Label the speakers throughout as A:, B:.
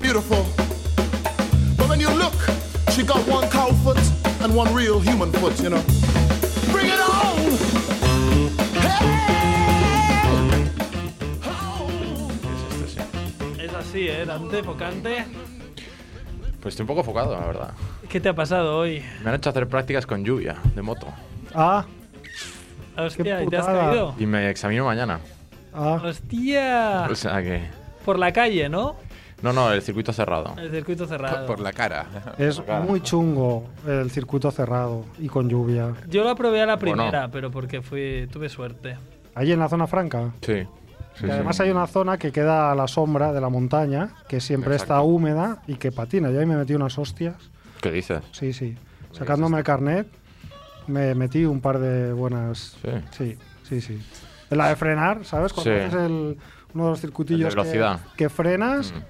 A: beautiful. But when you look, she got one cow foot and one real human foot, you know. Bring it on! Hey! Oh!
B: Es esto, sí.
C: Es así, ¿eh? Dante, Pocante.
B: Pues estoy un poco enfocado, la verdad.
C: ¿Qué te ha pasado hoy?
B: Me han hecho hacer prácticas con lluvia de moto.
D: Ah,
C: Hostia,
D: Qué
C: ¿y te has
D: putada.
C: caído?
B: Y me examino mañana.
D: ah.
C: Hostia.
B: O sea que.
C: Por la calle, ¿no?
B: No, no, el circuito cerrado.
C: El circuito cerrado.
E: Por la cara.
D: Es muy chungo el circuito cerrado y con lluvia.
C: Yo la probé a la
B: Bueno.
C: primera, pero porque fui tuve suerte.
D: Allí en la zona franca.
B: Sí. sí,
D: Y además
B: sí.
D: hay una zona que queda a la sombra de la montaña, que siempre está húmeda y que patina. Yo ahí me metí unas hostias.
B: ¿Qué dices?
D: Sí, sí. Sacándome el carnet, me metí un par de buenas.
B: Sí.
D: Sí, sí, sí. En La de frenar, ¿sabes? Cuando
B: Sí.
D: haces el- uno de los circuitillos
B: El de
D: que-
B: velocidad. Mm.
D: Que, frenas. eh,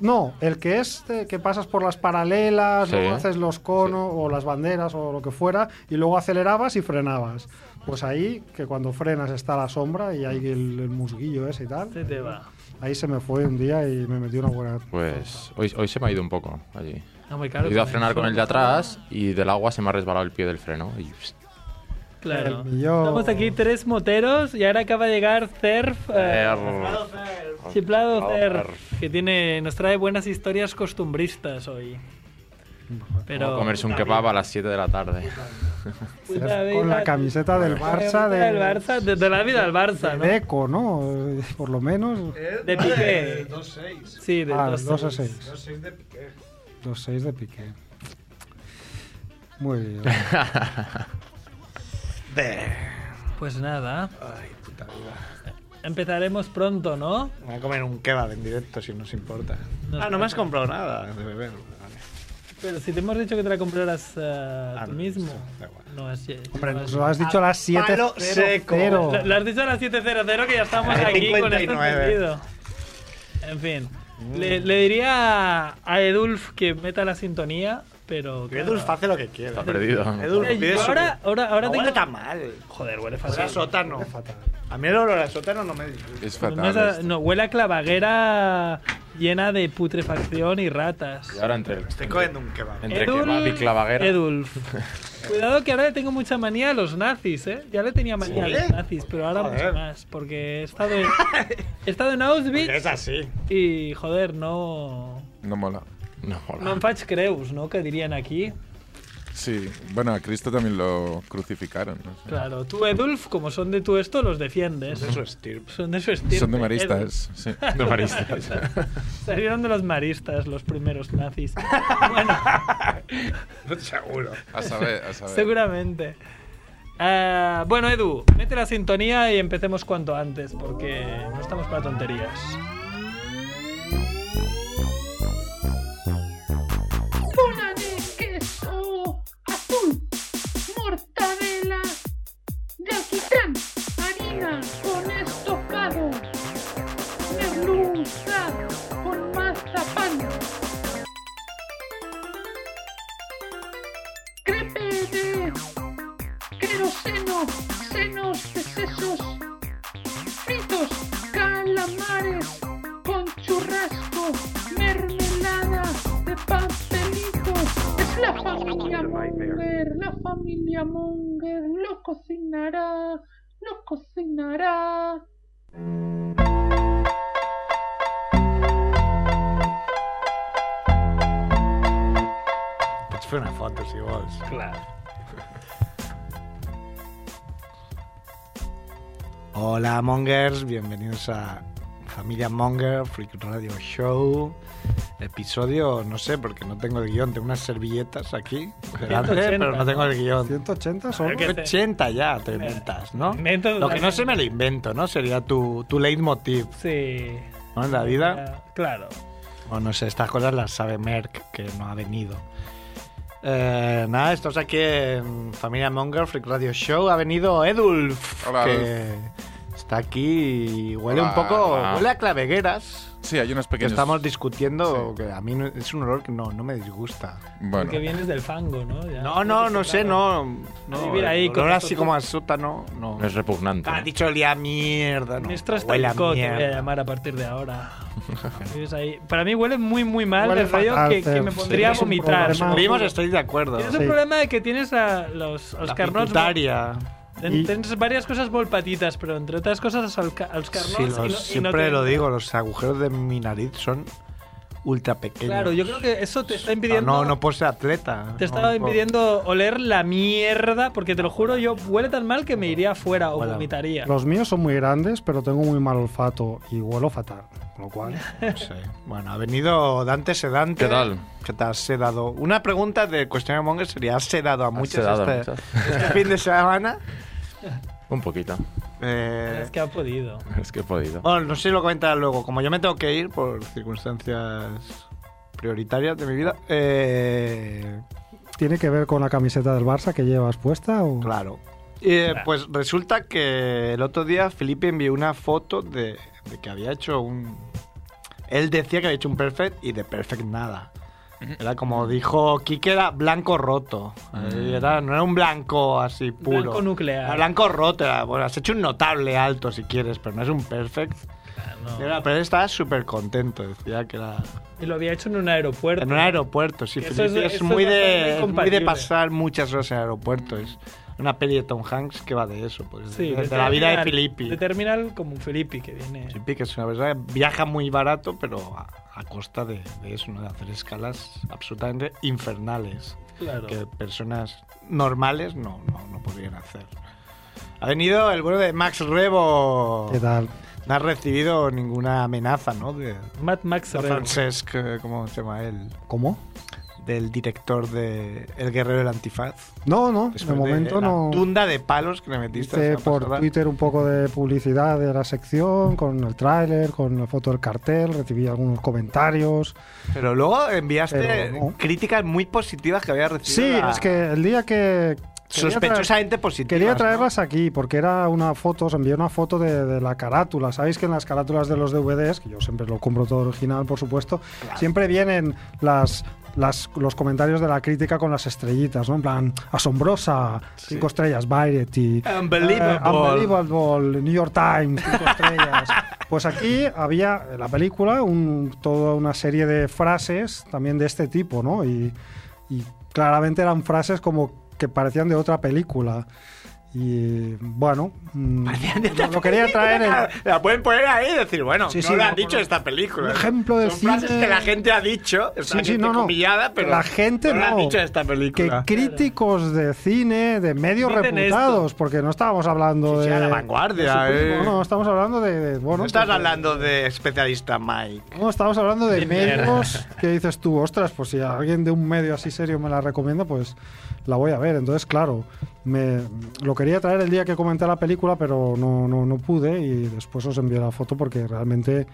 D: No, el que es de- que pasas por las paralelas,
B: Sí.
D: luego haces los conos o las banderas o lo que fuera, y luego acelerabas y frenabas. Pues ahí, que cuando frenas está la sombra y hay el, el musguillo ese y tal.
C: Se Este te va.
D: Ahí se me fue un día y me metí una buena.
B: Pues hoy, hoy se me ha ido un poco allí.
C: Ah, muy caro.
B: He ido a frenar con el de atrás y del agua se me ha resbalado el pie del freno. Y, pss,
C: Claro.
D: El millón.
C: Estamos aquí tres moteros y ahora acaba de llegar Cerf. eh,
B: err.
C: Chiplado
B: Cerf.
C: Cerf. Que tiene, nos trae buenas historias costumbristas hoy. Pero.
B: comerse un kebab a las 7 de la tarde.
C: Puta vida,
D: Con la camiseta del Barça de,
C: eh, del Barça, de, de la vida del Barça, ¿no?
D: de Deco, ¿no? Por lo menos.
F: Eh,
C: De Piqué.
F: 2-6.
C: Sí, de
D: Ah,
C: dos-
D: 2 a 6.
F: 2-6 de Piqué.
D: 2 6 de Piqué. Muy bien.
C: Pues nada. Empezaremos pronto, ¿no?
F: Voy a comer un kebab en directo si nos importa.
C: Nos
F: ah, no me has comprado nada de beber. Vale.
C: Pero si te hemos dicho que te la compraras eh, tú
F: Ah, no,
C: mismo.
F: sí, da igual.
C: No, es.
D: Hombre,
C: no
D: nos
C: es-
D: lo has dicho a las 7.
F: palo seco.
C: Lo, lo has dicho a las 7.00 que ya estamos
F: Hay
C: aquí con este
F: 59.
C: encendido. En fin. Le,
F: Mm.
C: le diría a Edulf que meta la sintonía, pero. claro.
F: Edulf hace lo que quiere.
B: Está perdido.
F: Edulf
C: Eh,
F: pide
C: yo
F: su-
C: ahora, ahora, ahora
F: no
C: tengo.
F: huele tan mal.
C: Joder, huele
F: Huele a
C: fatal.
F: sótano. A mí el olor a sótano no me disgusta.
E: Es
C: No,
E: fatal.
C: es a-
E: esto.
C: no, huele a clavaguera llena de putrefacción y ratas.
B: Y ahora entre el.
F: Estoy comiendo un kebab.
B: Entre kebab y clavaguera.
C: Edulf. Cuidado que ahora le tengo mucha manía a los nazis, ¿eh? Ya le tenía manía a los
F: ¿Sí?
C: nazis, pero ahora
F: Joder.
C: mucho más. Porque he estado en, he estado en Auschwitz
F: Es así.
C: y, joder, no...
E: No mola.
B: No mola.
C: No en faig creus, ¿no? Que dirían aquí.
E: Sí. Bueno, a Cristo también lo crucificaron. ¿no?
C: Claro, tú, Edulf, como son de tú esto, los defiendes.
F: Eso es estirpe.
C: Son de su estirpe.
E: Son de
C: Edulf.
E: maristas. Sí.
B: De maristas.
C: Salieron de los maristas los primeros nazis. bueno,
F: Seguro.
E: A saber, a saber.
C: seguramente. Ah, bueno, Edu, mete la sintonía y empecemos cuanto antes, porque no estamos para tonterías.
G: bola de queso azul, mortadela de alquitrán, harina con estocado, merluza con mazapán, crepe de queroseno, senos de sesos, fritos, calamares con churrasco, mermelada de pastelito. Es la familia Munger, la familia Munger lo cocinará, lo cocinará.
F: Pots fer una foto si vols.
C: Claro.
F: Hola Mongers, bienvenidos a Familia Monger, Freak Radio Show. Episodio, no sé, porque no tengo el guión, tengo unas servilletas aquí, delante,
C: 180,
F: pero no tengo el guión.
D: 180 son.
C: que-
F: 80 ya te inventas, ¿no?
C: Invento
F: Lo que no se me lo invento, ¿no? Sería tu, tu leitmotiv,
C: Sí.
F: ¿no? En la vida.
C: Ah, Claro.
F: O no sé, estas cosas las sabe Merck, que no ha venido. Eh, nada, estamos aquí en Familia Monger, Freak Radio Show. Ha venido Edulf,
E: Hola,
F: que está aquí y huele
E: Hola.
F: un poco... Huele a clavegueras.
E: Sí, hay unos
F: Que
E: pequeños.
F: estamos discutiendo que a mí no- es un olor que no, no me disgusta.
E: Bueno,
C: Porque vienes del fango, ¿no? Ya.
F: No, no, no sé, no. no
C: Vivir ahí
F: el
C: con
F: olor
C: esto
F: así
C: tú.
F: como a sótano, no.
B: No es repugnante.
F: Ah,
B: ¿no?
F: dicho olía a mierda, no.
C: Nuestro está eh,
F: Huele a
C: loco, te voy a
F: mierda.
C: llamar a partir de ahora. Vives ahí. Para mí huele muy, muy mal
D: Huele
C: de rollo
D: fatal,
C: que, que
D: Cef.
C: me
D: Sí,
C: pondría
D: es
C: a
D: un
C: vomitar.
D: problema.
F: Primos, Pues estoy de acuerdo.
C: Tienes
D: Sí.
C: un problema de que tienes a los, los
F: La
C: carnots.
F: pituitaria.
C: Ten- Tens varias cosas volpatitas, pero entre otras cosas los carnos
F: Sí, los- siempre lo digo, los agujeros de mi nariz son ultra pequeños.
C: Claro, yo creo que eso te está
F: Ah,
C: impidiendo.
F: no, no puedo ser atleta.
C: Te
F: No,
C: estaba
F: no puedo.
C: impidiendo oler la mierda, porque te lo juro, yo huele tan mal que me iría afuera o
F: Huele a-
C: vomitaría.
D: Los míos son muy grandes, pero tengo muy mal olfato y huelo fatal. Con lo cual,
F: No sé. Bueno, ha venido Dante Sedante.
B: ¿Qué tal?
F: ¿Qué tal? ¿Has sedado? Una pregunta de Cuestionario Monger sería, ¿has sedado a muchas
B: sedado a
F: este,
B: muchas?
F: este fin de semana?
B: Un poquito.
F: Eh,
C: Es que ha podido.
B: Es que he podido.
F: bueno, no sé si lo comentarás luego. Como yo me tengo que ir por circunstancias prioritarias de mi vida, eh,
D: ¿tiene que ver con la camiseta del Barça que llevas puesta? O...
F: Claro. Eh, pues resulta que el otro día Felipe envió una foto de, de que había hecho un... Él decía que había hecho un perfect y de perfect nada. Era como dijo Kike, era blanco roto. Ahí Era, no era un blanco así puro.
C: Mm. Blanco nuclear.
F: Era blanco roto. era, bueno, has hecho un notable alto si quieres, pero no es un perfect. Era- pero él estaba súper contento. Decía que era...
C: Y lo había hecho en un aeropuerto.
F: En un aeropuerto, sí.
C: Eso
F: Felipe
C: es-
F: es,
C: eso
F: muy,
C: es bastante
F: de, es muy de
C: incompatible.
F: pasar muchas horas en aeropuertos. Una peli de Tom Hanks que va de eso, pues,
C: Sí,
F: de, de la vida
C: terminal-
F: de
C: De
F: Filippi.
C: terminal como Filippi, que viene.
F: Filippi, que es una persona que viaja muy barato, pero a, a costa de, de eso, ¿no? de hacer escalas absolutamente infernales
C: Claro.
F: que personas normales no, no, no podrían hacer. Ha venido el bueno de Max Rebo.
D: ¿Qué tal?
F: No has recibido ninguna amenaza, ¿no? De,
C: Mad Max Rebo.
F: Francesc, eh, ¿cómo se llama él?
D: ¿Cómo?
F: del director de El Guerrero del Antifaz.
D: No, no, de
F: Después
D: momento
F: la
D: no.
F: Tunda de palos que le metiste. la
D: Hice
F: semana
D: por
F: pasada.
D: Twitter un poco de publicidad de la sección, con el tráiler, con la foto del cartel, recibí algunos comentarios.
F: Pero luego enviaste
D: Pero no.
F: críticas muy positivas que había recibido.
D: Sí,
F: la-
D: es que el día que... quería traer-
F: Sospechosamente positivas.
D: Quería
F: ¿no?
D: traerlas aquí porque era una foto, os envié una foto de, de la carátula. Sabéis que en las carátulas de los DVDs, que yo siempre lo compro todo original, por supuesto, siempre vienen las, las, los comentarios de la crítica con las estrellitas, ¿no? En plan, asombrosa, cinco estrellas, Variety,
F: Unbelievable.
D: eh, Unbelievable, New York Times, cinco estrellas. Pues aquí había en la película un- toda una serie de frases también de este tipo, ¿no? Y, y claramente eran frases como que parecían de otra película. Y bueno, mm, lo, lo quería traer
F: La,
D: en-
F: la pueden poner ahí y decir, bueno,
D: Sí,
F: no
D: sí,
F: lo
D: no,
F: han dicho
D: no.
F: esta película.
D: Un ejemplo de
F: Son frases
D: cine-
F: que la gente ha dicho.
D: Sí,
F: Está
D: sí, no, no.
F: humillada, pero
D: La gente
F: lo han
D: no.
F: dicho de esta
D: que
F: película.
D: críticos de cine, de medios
C: Dicen
D: reputados, porque no estábamos hablando
F: Sí, sí,
D: de
F: a la vanguardia,
D: de
F: eh.
D: Supremo, No, estamos hablando de, de- bueno,
F: No estás
D: pues,
F: hablando de especialista Mike.
D: No, estamos hablando de
C: De mierda.
D: medios que dices tú, ostras, pues si alguien de un medio así serio me la recomienda, pues la voy a ver. Entonces, claro, me, lo quería traer el día que comenté la película, pero no, no, no pude y después os envié la foto porque realmente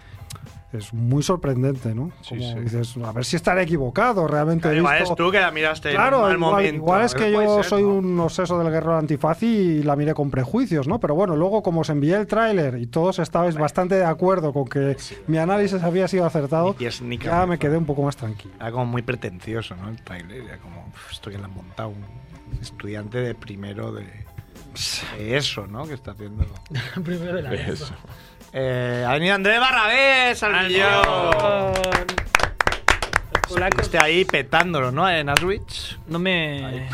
D: es muy sorprendente, ¿no? Como dices, a ver si estaré equivocado, realmente he
F: Igual
D: visto-
F: es tú que la miraste en un
D: Claro,
F: mal
D: igual,
F: momento.
D: igual es que
F: Puede
D: yo
F: ser,
D: soy
F: ¿no?
D: un obseso del guerrero antifaz y la miré con prejuicios, ¿no? Pero bueno, luego como os envié el tráiler y todos estabais bastante de acuerdo con que mi análisis había sido acertado,
F: Y es ni
D: ya
F: cabeza. Ah,
D: me quedé un poco más tranquilo.
F: Era como muy pretencioso, ¿no? El trailer era como, "Uf, esto que le han montado un estudiante de primero de, de eso, ¿no? Que está haciendo.
C: Primero de la
B: Eso.
F: Eh, ha venido Andrés Barrabés al guión.
C: Polacos,
F: Esté ahí petándolo, ¿no? En Auschwitz.
C: no me,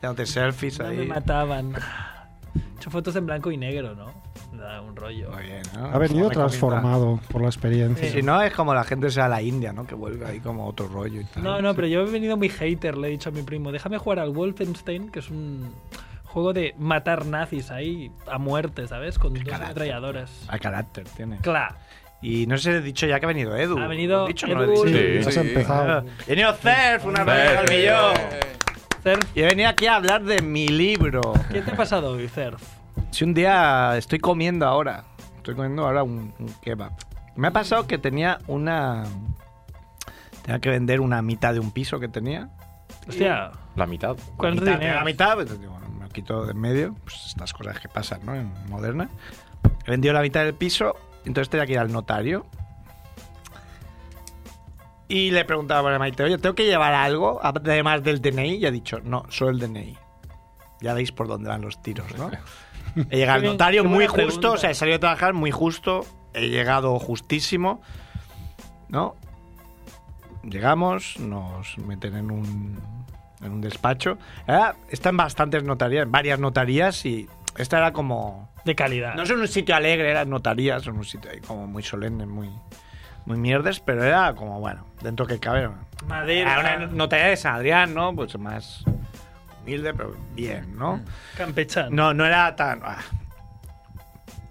F: Dándote selfies
C: no
F: ahí.
C: me mataban. He hecho fotos en blanco y negro, ¿no? Da un rollo.
F: Muy bien,
D: Ha
F: ¿no?
D: venido
F: Como recomienda.
D: transformado por la
F: Sí,
D: experiencia.
F: Si no, es como la gente se va a la India, ¿no? Que vuelve ahí como otro rollo y tal.
C: No, no, pero yo he venido muy hater, le he dicho a mi primo, déjame jugar al Wolfenstein, que es un juego de matar nazis ahí a muerte, ¿sabes? Con dos
F: carácter.
C: ametralladoras.
F: A carácter tiene.
C: Claro.
F: Y no sé, he dicho ya que ha venido Edu.
C: Ha
F: ¿Lo
C: venido
F: he dicho, o no lo he
C: Edu.
F: dicho? Ah,
B: Sí.
D: Has
E: Sí.
D: empezado.
F: He venido Cerf, una radio al
E: Eh,
F: millón.
C: Cerf,
F: Y he venido aquí a hablar de mi libro.
C: ¿qué te ha pasado hoy, Cerf?
F: Si un día estoy comiendo ahora, estoy comiendo ahora un, un kebab. Me ha pasado que tenía una. Tenía que vender una mitad de un piso que tenía.
C: Hostia,
B: La mitad.
C: ¿cuánto
F: Mitad,
C: dinero?
F: La mitad, pues, digo, bueno, me lo quito de en medio. Pues estas cosas que pasan, ¿no? En moderna. He vendido la mitad del piso, entonces tenía que ir al notario. Y le preguntaba a Maite, oye, ¿tengo que llevar algo además del DNI? Y ha dicho, no, solo el DNI. Ya veis por dónde van los tiros, ¿no? He llegado al
C: bien,
F: notario
C: qué
F: muy
C: buena
F: justo,
C: pregunta.
F: o sea, he salido a trabajar muy justo, he llegado justísimo, ¿no? Llegamos, nos meten en un, en un despacho. Ahora están bastantes notarías, varias notarías y esta era como...
C: De calidad.
F: No son un sitio alegre, eran notarías, son un sitio ahí como muy solemne, muy, muy mierdes, pero era como, bueno, dentro que cabe. Era
C: Madera,
F: una notaría de San Adrián, ¿no? Pues más humilde, pero bien,
C: Mm.
F: ¿no?
C: campechano.
F: No, no era tan... ah.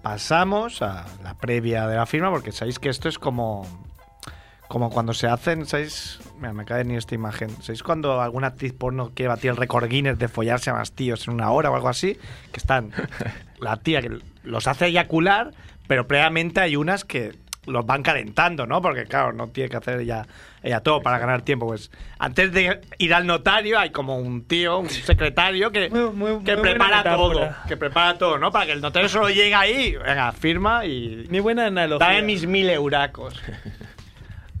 F: Pasamos a la previa de la firma, porque sabéis que esto es como... Como cuando se hacen, ¿sabéis? Mira, me cae ni esta imagen. ¿Sabéis cuando alguna actriz porno quiere batir el récord Guinness de follarse a más tíos en una hora o algo así? Que están. La tía que los hace eyacular, pero previamente hay unas que los van calentando, ¿no? Porque, claro, no tiene que hacer ella, ella todo para ganar tiempo. Pues antes de ir al notario, hay como un tío, un secretario que,
C: Muy- muy-
F: que
C: muy buena
F: prepara todo.
C: metáfora.
F: Que prepara todo, ¿no? Para que el notario solo llegue ahí, venga, firma y.
C: Ni buena analogía.
F: Dame mis mil euracos.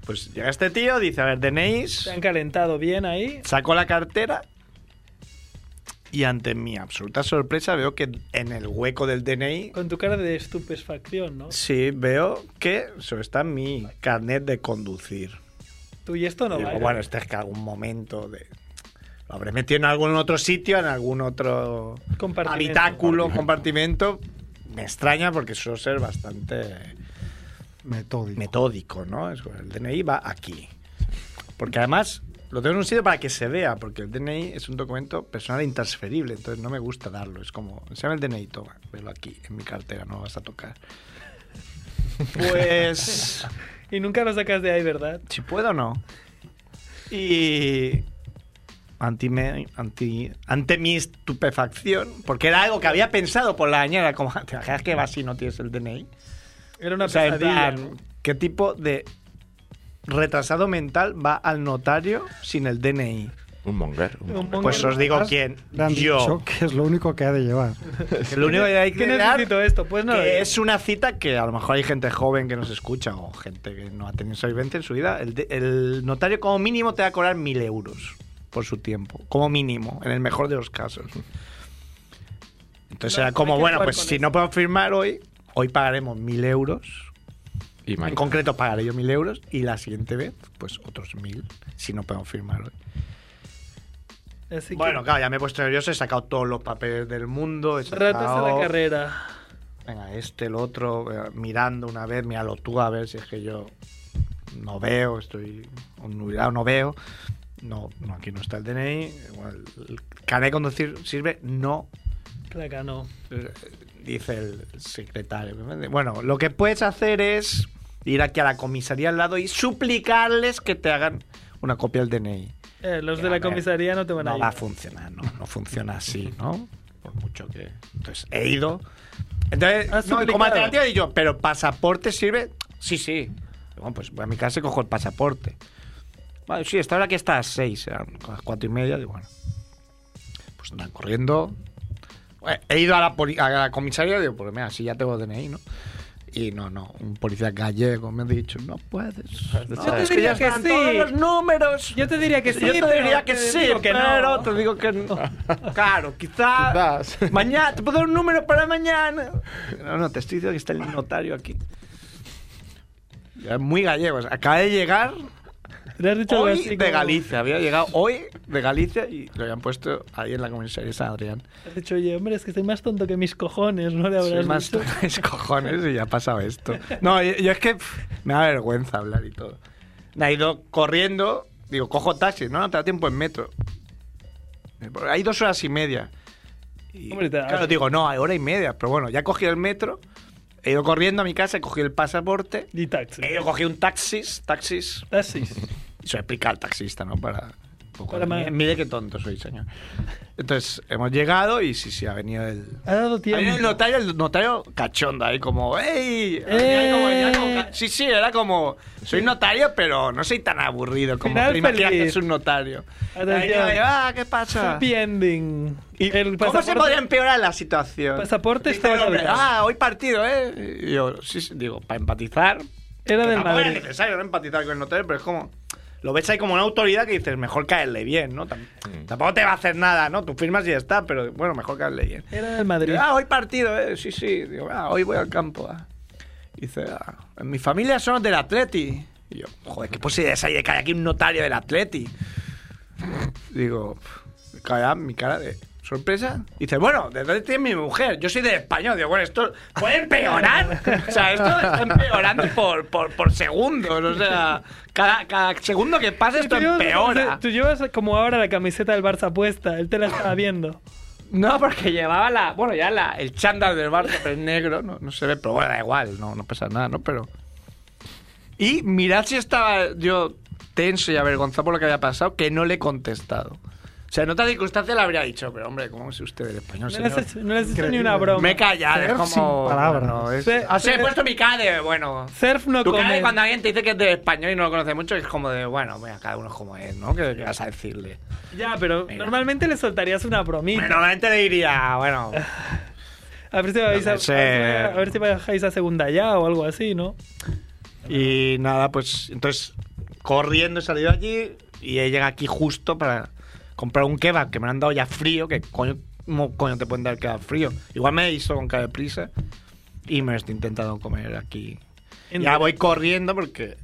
F: Pues llega este tío, dice, a ver, DNIs,
C: Se han calentado bien ahí.
F: sacó la cartera y ante mi absoluta sorpresa veo que en el hueco del DNI,
C: Con tu cara de estupefacción, ¿no?
F: sí, veo que solo está mi carnet de conducir.
C: Tú y esto no
F: Digo,
C: vale.
F: bueno, este es que algún momento de... Lo habré metido en algún otro sitio, en algún otro
C: Compartimento.
F: habitáculo, compartimento. Me extraña porque suelo ser bastante...
D: Metódico.
F: metódico, ¿no? Es- El DNI va aquí. Porque además lo tengo en un sitio para que se vea, porque el DNI es un documento personal e intransferible, entonces no me gusta darlo. Es como, enséñame el DNI, toma, velo aquí, en mi cartera, no lo vas a tocar. Pues,
C: Y nunca lo sacas de ahí, ¿verdad?
F: si puedo o no. Y anti, me- anti- ante mi estupefacción, porque era algo que había pensado por la mañana, como, ¿te imaginas que vas si no tienes el DNI?
C: Era una
F: O sea, en
C: pesadilla.
F: plan,
C: ¿no?
F: ¿Qué tipo de retrasado mental va al notario sin el DNI?
B: Un monger. un
C: Un
B: monger.
F: Pues
C: monger.
F: os digo
D: Además,
F: quién.
D: Le han
F: Yo.
D: dicho que es lo único que ha de llevar.
F: Que Lo único que hay que
C: ¿Qué
F: dar
C: necesito esto? Pues nada.
F: que es una cita que a lo mejor hay gente joven que nos escucha o gente que no ha tenido solvencia en su vida. El, de- el notario como mínimo te va a cobrar mil euros por su tiempo. Como mínimo, en el mejor de los casos. Entonces
C: No,
F: era
C: hay
F: como,
C: que
F: bueno,
C: jugar
F: pues
C: con
F: si
C: eso.
F: no puedo firmar hoy, hoy pagaremos mil euros
B: Y
F: En
B: Mike.
F: concreto pagaré yo mil euros y la siguiente vez, pues otros mil, si no puedo firmar hoy.
C: Así que,
F: Bueno, claro, ya me he puesto nervioso, he sacado todos los papeles del mundo. He sacado,
C: ratas a la carrera.
F: Venga, este, el otro, eh, mirando una vez, míralo tú a ver si es que yo no veo, estoy nublado, no veo. No, no, aquí no está el DNI. Igual, el carnet de conducir sirve, no eh,
C: Claro, no.
F: dice el secretario. Bueno, lo que puedes hacer es ir aquí a la comisaría al lado y suplicarles que te hagan una copia del DNI.
C: Eh, los de
F: A
C: la
F: ver,
C: comisaría no te van a
F: No va a
C: ayudar.
F: funcionar, no, no funciona así, ¿no? Por mucho que... Entonces, he ido. Entonces,
C: Has
F: no, y
C: suplicado.
F: como alternativa he dicho, ¿pero pasaporte sirve? Sí, sí. Bueno, pues voy a mi casa y cojo el pasaporte. Vale, sí, esta hora que está a las seis, eran las cuatro y media, digo, bueno. Pues andan corriendo. Bueno, He ido a la, poli- a la comisaría y digo, pues mira, si ya tengo DNI, ¿no? Y no, no, un policía gallego me ha dicho, no puedes. No,
C: te
F: es que
C: diría
F: ya
C: que
F: están
C: sí.
F: todos los números.
C: Yo te diría que sí,
F: Yo te
C: pero
F: diría que
C: te
F: sí,
C: digo que no.
F: pero te digo que no. Claro, quizá.
B: Quizás.
F: Mañana, te puedo dar un número para mañana. No, no, te estoy diciendo que está el notario aquí. Ya es Muy gallegos. Acaba de llegar
C: Le has dicho algo
F: hoy
C: así
F: de
C: como-
F: Galicia. Había llegado hoy de Galicia y lo habían puesto ahí en la comisaría de San Adrián.
C: Has dicho, oye, hombre, es que soy más tonto que mis cojones, ¿no? Le
F: Soy
C: habrás
F: más
C: dicho.
F: tontos cojones y ya ha pasado esto. No, yo, yo es que pff, me da vergüenza hablar y todo. Me ha ido corriendo, digo, cojo taxi, no, no te da tiempo en metro. Hay dos horas y media. Y,
C: Hombre, te da-
F: claro, digo, no, hay hora y media, pero bueno, ya he cogido el metro, he ido corriendo a mi casa, he cogido el pasaporte,
C: Y taxi. Ah,
F: he ido cogido un taxis, taxis,
C: Taxis.
F: y se explica al taxista, ¿no? Para. un poco
C: Para
F: de-
C: más.
F: Mire qué tonto soy, señor. Entonces, hemos llegado y sí, sí, ha venido el,
C: Ha dado
F: Ahí
C: tiempo.
F: el notario, el notario cachondo, ahí como, ¡ey!
C: ¡Eh!
F: Como, venía con ca- sí, sí, era como, soy notario, pero no soy tan aburrido como
C: Final
F: te imaginas
C: feliz.
F: que es un notario.
C: Atención.
F: Ahí, ahí, ah, ¿qué pasa?
C: Happy ending.
F: Y, ¿Cómo se em- podría empeorar la situación?
C: Pasaporte
F: Dice el
C: estaba
F: hombre,
C: caducado.
F: Ah, hoy partido, ¿eh? Y yo, sí, sí, digo, para empatizar.
C: Era
F: que
C: del
F: tampoco
C: Madrid.
F: Es necesario no empatizar con el notario, pero es como, lo ves ahí como una autoridad que dices, mejor caerle bien, ¿no? Tam- Tampoco te va a hacer nada, ¿no? Tú firmas y ya está, pero bueno, mejor caerle bien.
C: Era del Madrid.
F: Ah, hoy partido, eh. Sí, sí. Digo, ah, hoy voy al campo. ah. Dice, ah, en mi familia son del Atleti. Y yo, joder, ¿qué posibilidades hay de que haya aquí un notario del Atleti? Digo, pf, cara, mi cara de sorpresa. Dice, bueno, del Atleti es mi mujer, yo soy del español. Digo, bueno, esto puede empeorar. O sea, esto está empeorando por, por, por segundos. O sea, cada, cada segundo que pasa esto
C: Tú llevas-
F: empeora.
C: Tú llevas como ahora la camiseta del Barça puesta, él te la estaba viendo.
F: No, porque llevaba la. Bueno, ya la, el chándal del barco, pero es negro, no, no se ve, pero bueno, da igual, no, no pesa nada, ¿no? Pero. Y mirad si estaba yo tenso y avergonzado por lo que había pasado, que no le he contestado. O sea, en otra circunstancia le habría dicho, pero hombre, ¿cómo es usted del español?
C: No le has
F: Señor?
C: hecho, no le has hecho ni
D: Increíble.
C: una broma.
F: Me he callado, es
D: Ser
F: como.
D: sin palabras.
F: bueno, es-
C: Ser-
F: así he
C: ser-
F: puesto mi cara de, bueno.
C: Surf no
F: Tu cara de
C: come.
F: cuando alguien te dice que es de español y no lo conoce mucho, es como de, bueno, mira, cada uno es como es, ¿no? ¿Qué, qué vas a decirle?
C: Ya, pero
F: Mira.
C: normalmente le soltarías una bromita.
F: Pero normalmente le diría, bueno,
C: a ver si vais a,
F: no sé.
C: a ver si- a ver si bajáis a segunda ya o algo así, ¿no?
F: Y nada, pues entonces corriendo he salido allí y he llegado aquí justo para comprar un kebab que me lo han dado ya frío, que coño, ¿cómo coño te pueden dar kebab frío? Igual me hizo con cara de prisa y me lo estoy intentando comer aquí.
C: En-
F: ya voy corriendo porque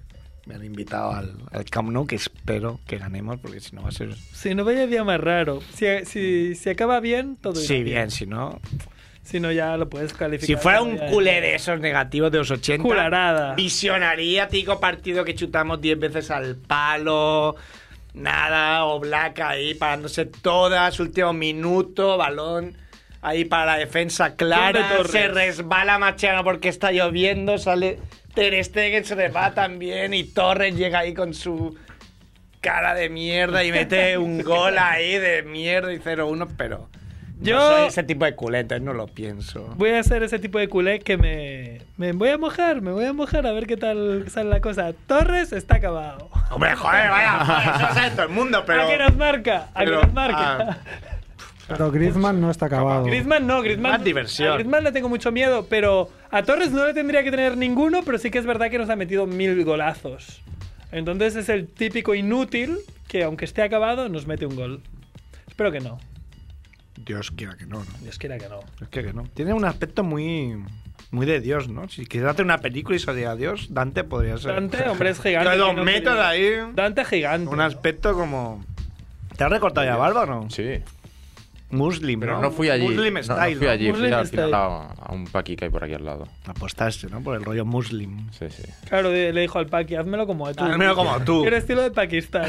F: me han invitado al, al Camp Nou, que espero que ganemos porque si no va a ser...
C: Si no vaya día más raro. Si, si, si acaba bien, todo irá
F: Sí, bien, si no...
C: Si no, ya lo puedes calificar.
F: Si fuera
C: como
F: un
C: ya-
F: culé de esos negativos de los 80,
C: Cularada.
F: visionaría, tico partido que chutamos 10 veces al palo, nada, o Black ahí parándose todas, último minuto, balón ahí para la
C: Tiene
F: defensa clara,
C: Torres.
F: se resbala Machiano porque está lloviendo, sale Ter Stegen, se resbala también y Torres llega ahí con su cara de mierda y mete un gol ahí de mierda y 0-1, pero... Yo
C: Yo-
F: soy ese tipo de culetes, no lo pienso.
C: Voy a hacer ese tipo de culé que me, me voy a mojar, me voy a mojar a ver qué tal sale la cosa. Torres está acabado.
F: Hombre, joder, vaya, joder, eso lo sabe todo el mundo, pero.
C: ¿A qué nos marca? ¿A qué
F: pero-
C: nos marca?
F: ah.
D: Pero Griezmann no está acabado.
C: Griezmann no, Griezmann.
F: Oh. Más diversión.
C: A Griezmann le tengo mucho miedo, pero a Torres no le tendría que tener ninguno, pero sí que es verdad que nos ha metido mil golazos. Entonces es el típico inútil que, aunque esté acabado, nos mete un gol. Espero que no.
F: Dios quiera que no, ¿no?
C: Dios quiera que no.
F: Dios quiera que no. Tiene un aspecto muy. Muy de Dios, ¿no? Si quisiera hacer una película y saliera Dios, Dante podría ser.
C: Dante, hombre, es gigante.
F: Yo dos
C: que no
F: metros
C: quería-
F: ahí.
C: Dante gigante.
F: Un aspecto como. ¿Te has recortado ya barba o no?
B: Sí,
F: Muslim,
B: pero no fui allí.
F: Muslim
B: no, no
F: style.
B: fui allí, fui
C: Muslim
B: al
C: style.
B: final a, a un paqui que hay por aquí al lado.
F: Apostaste, ¿no? Por el rollo Muslim.
B: Sí, sí.
C: Claro, de- le dijo al Paki, házmelo como tú.
F: Házmelo como tú.
C: Quiero estilo de Pakistán.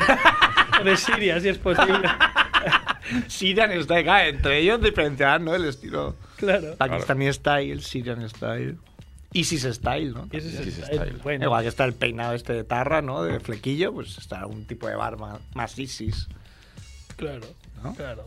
C: O de Siria, si es posible.
F: Syrian Style, ah, entre ellos diferenciar, ¿no? El estilo.
C: Claro.
F: Pakistani Style, Syrian Style. ISIS Style, ¿no?
C: Y ese
B: Sí,
C: es
B: sí,
C: el-
B: está ahí.
C: bueno.
F: Igual que está el peinado este de tarra, ¿no? De flequillo, pues está un tipo de barba más isis.
C: Claro,
F: ¿No?
C: claro.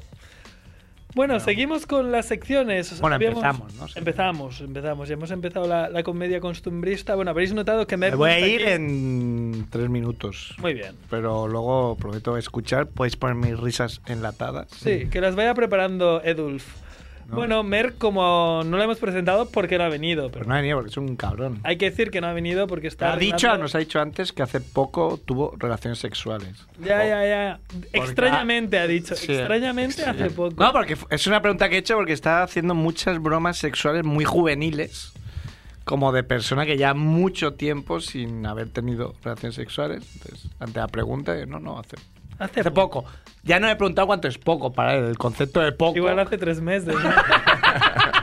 C: Bueno, seguimos con las secciones.
F: Bueno, empezamos, ¿no? Sí.
C: Empezamos, empezamos. Ya hemos empezado la, la comedia costumbrista. Bueno, habréis notado que me,
F: Me voy a
C: he puesto
F: ir
C: aquí-
F: en tres minutos.
C: Muy bien.
F: Pero luego prometo escuchar, podéis poner mis risas enlatadas.
C: Sí, que las vaya preparando Edulf. Bueno, Mer, como no la hemos presentado, porque no ha venido.
F: Pero
C: Pero
F: no ha venido porque es un cabrón.
C: hay que decir que no ha venido porque está.
F: Pues Ha dicho,
C: arreglando-
F: nos ha dicho antes que hace poco tuvo relaciones sexuales.
C: Ya, ya, ya. Extrañamente ha dicho.
F: Sí.
C: Extrañamente hace poco.
F: No, porque fu- es una pregunta que he hecho porque está haciendo muchas bromas sexuales muy juveniles, como de persona que ya mucho tiempo sin haber tenido relaciones sexuales. Entonces, ante la pregunta, yo, no, no, hace,
C: hace,
F: hace poco. Ya no he preguntado cuánto es poco para él, el concepto de poco.
C: Igual hace tres meses. ¿no?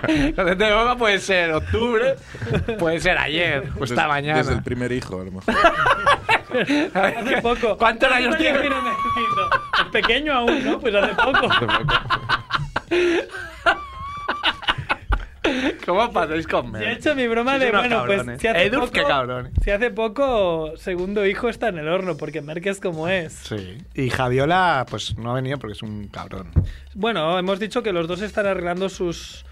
F: El concepto de poco puede ser octubre, puede ser ayer, o esta
E: Des-
F: mañana.
E: Desde el primer hijo, a lo mejor.
F: A ver,
C: Hace poco.
F: ¿Cuántos
C: Hace
F: años
C: poco
F: tiene?
C: vino Mercito. Es pequeño aún, ¿no? Pues hace poco.
B: Este
F: ¿Cómo pasáis con
C: Yo he
F: Mer?
C: hecho mi broma
F: Sois
C: de,
F: unos
C: bueno,
F: cabrones.
C: pues si hace
F: Edurf,
C: poco...
F: qué ¿eh? cabrones.
C: Si hace poco, segundo hijo está en el horno, porque Merck es como es.
F: Sí. Y Javiola, pues no ha venido porque es un cabrón.
C: Bueno, hemos dicho que los dos están arreglando sus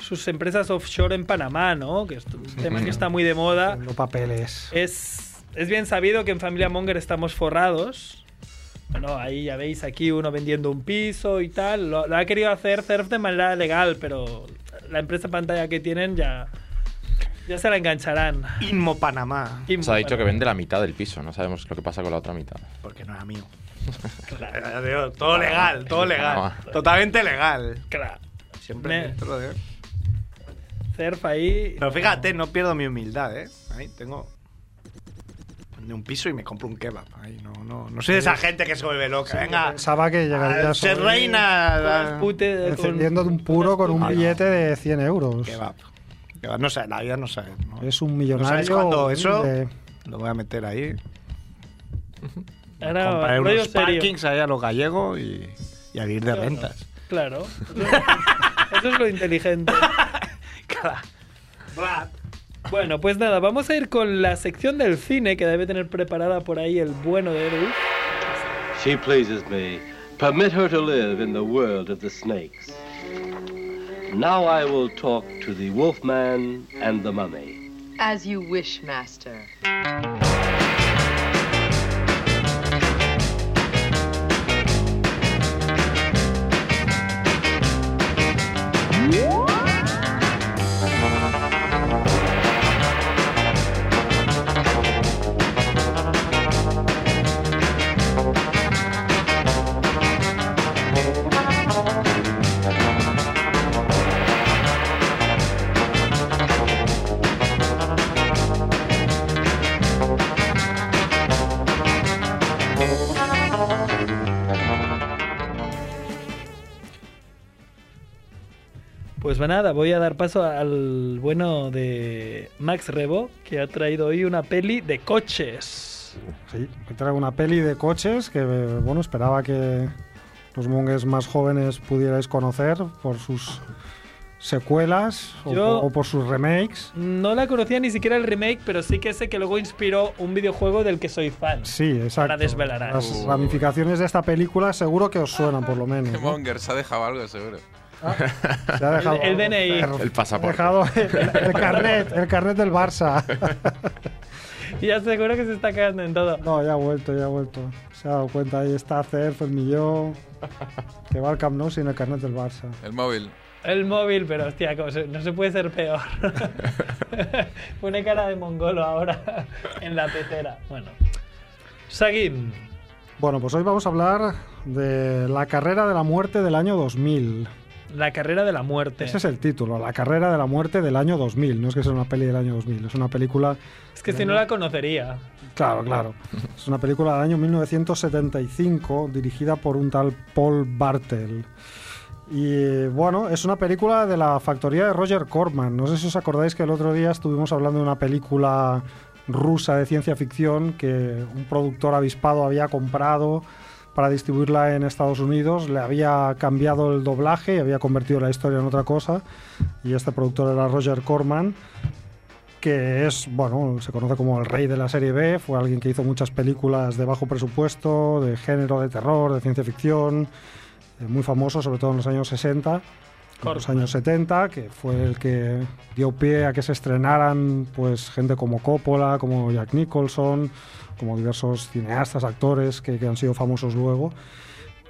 C: sus empresas offshore en Panamá, ¿no? Que es un tema que está muy de moda.
D: Los papeles.
C: Es, es bien sabido que en Familia Monger estamos forrados. Bueno, ahí ya veis aquí uno vendiendo un piso y tal. Lo, lo ha querido hacer Surf de manera legal, pero la empresa pantalla que tienen ya... Ya se la engancharán.
F: Inmo Panamá.
B: Nos ha dicho que vende la mitad del piso, no sabemos lo que pasa con la otra mitad.
F: Porque no era mío. Ya te digo, todo legal, todo legal. Totalmente legal.
C: Claro.
F: Siempre
C: Me-
F: dentro de-
C: Cerf ahí.
F: Pero fíjate, no pierdo mi humildad, ¿eh? Ahí tengo de un piso y me compro un kebab. Ahí no, no, no soy de esa gente que se vuelve loca. Venga,
D: Pensaba que llegaría
F: a ser
D: sobre-
F: Ah, reina. a-
C: Pute,
D: encendiendo de un puro con un
F: Ah, no.
D: billete de 100 euros.
F: Kebab. Kebab, no sé, la vida no sabe. ¿no?
D: Es un
F: ¿No
D: millonario.
F: sabes cuándo eso?
D: de-
F: Lo voy a meter ahí.
C: Ahora,
F: compraré
C: rollo
F: unos
C: serio.
F: parkings ahí a los gallegos y, y a vivir de rentas.
C: Claro. Eso es lo inteligente. Bueno, pues nada, vamos a ir con la sección del cine que debe tener preparada por ahí el bueno de Eru.
H: She pleases me. Permit her to live in the world of the snakes. Now I will talk to the wolfman and the mummy.
I: As you wish, master.
C: Pues va nada, voy a dar paso al bueno de Max Rebo, que ha traído hoy una peli de coches.
D: Sí, hoy traigo una peli de coches que, eh, bueno, esperaba que los mongues más jóvenes pudierais conocer por sus secuelas o,
C: Yo-
D: por- o por sus remakes.
C: No la conocía ni siquiera el remake, pero sí que sé que luego inspiró un videojuego del que soy fan.
D: Sí, exacto.
C: desvelarás.
D: Las
E: Uy.
D: ramificaciones de esta película seguro que os suenan, por lo menos. ¿no?
E: Monger se ha dejado algo, seguro.
D: Se ha dejado-
C: El- el DNI.
D: per-
B: El
D: ha
B: pasaporte.
D: dejado el, el carnet, el carnet del Barça.
C: Y ya seguro que se está cagando en todo.
D: No, ya ha vuelto, ya ha vuelto. Se ha dado cuenta, ahí está Cerf, el Millón, que va al Camp Nou sin el carnet del Barça.
E: El móvil.
C: El móvil, pero hostia, como se- no se puede ser peor. Pone cara de mongolo ahora en la tetera. Bueno. Sagim.
D: Bueno, pues hoy vamos a hablar de la carrera de la muerte del año 2000.
C: La carrera de la muerte.
D: Ese es el título, La carrera de la muerte del año 2000. No es que sea una peli del año 2000, es una película...
C: Es que si no la conocería.
D: Claro, claro. Es una película del año 1975 dirigida por un tal Paul Bartel. Y eh, bueno, es una película de la factoría de Roger Corman. No sé si os acordáis que el otro día estuvimos hablando de una película rusa de ciencia ficción que un productor avispado había comprado para distribuirla en Estados Unidos, le había cambiado el doblaje y había convertido la historia en otra cosa. Y este productor era Roger Corman que es, bueno, se conoce como el rey de la serie B, fue alguien que hizo muchas películas de bajo presupuesto, de género, de terror, de ciencia ficción, eh, muy famoso sobre todo en los años 60, en los años 70, que fue el que dio pie a que se estrenaran pues gente como Coppola, como Jack Nicholson, como diversos cineastas, actores que, que han sido famosos luego.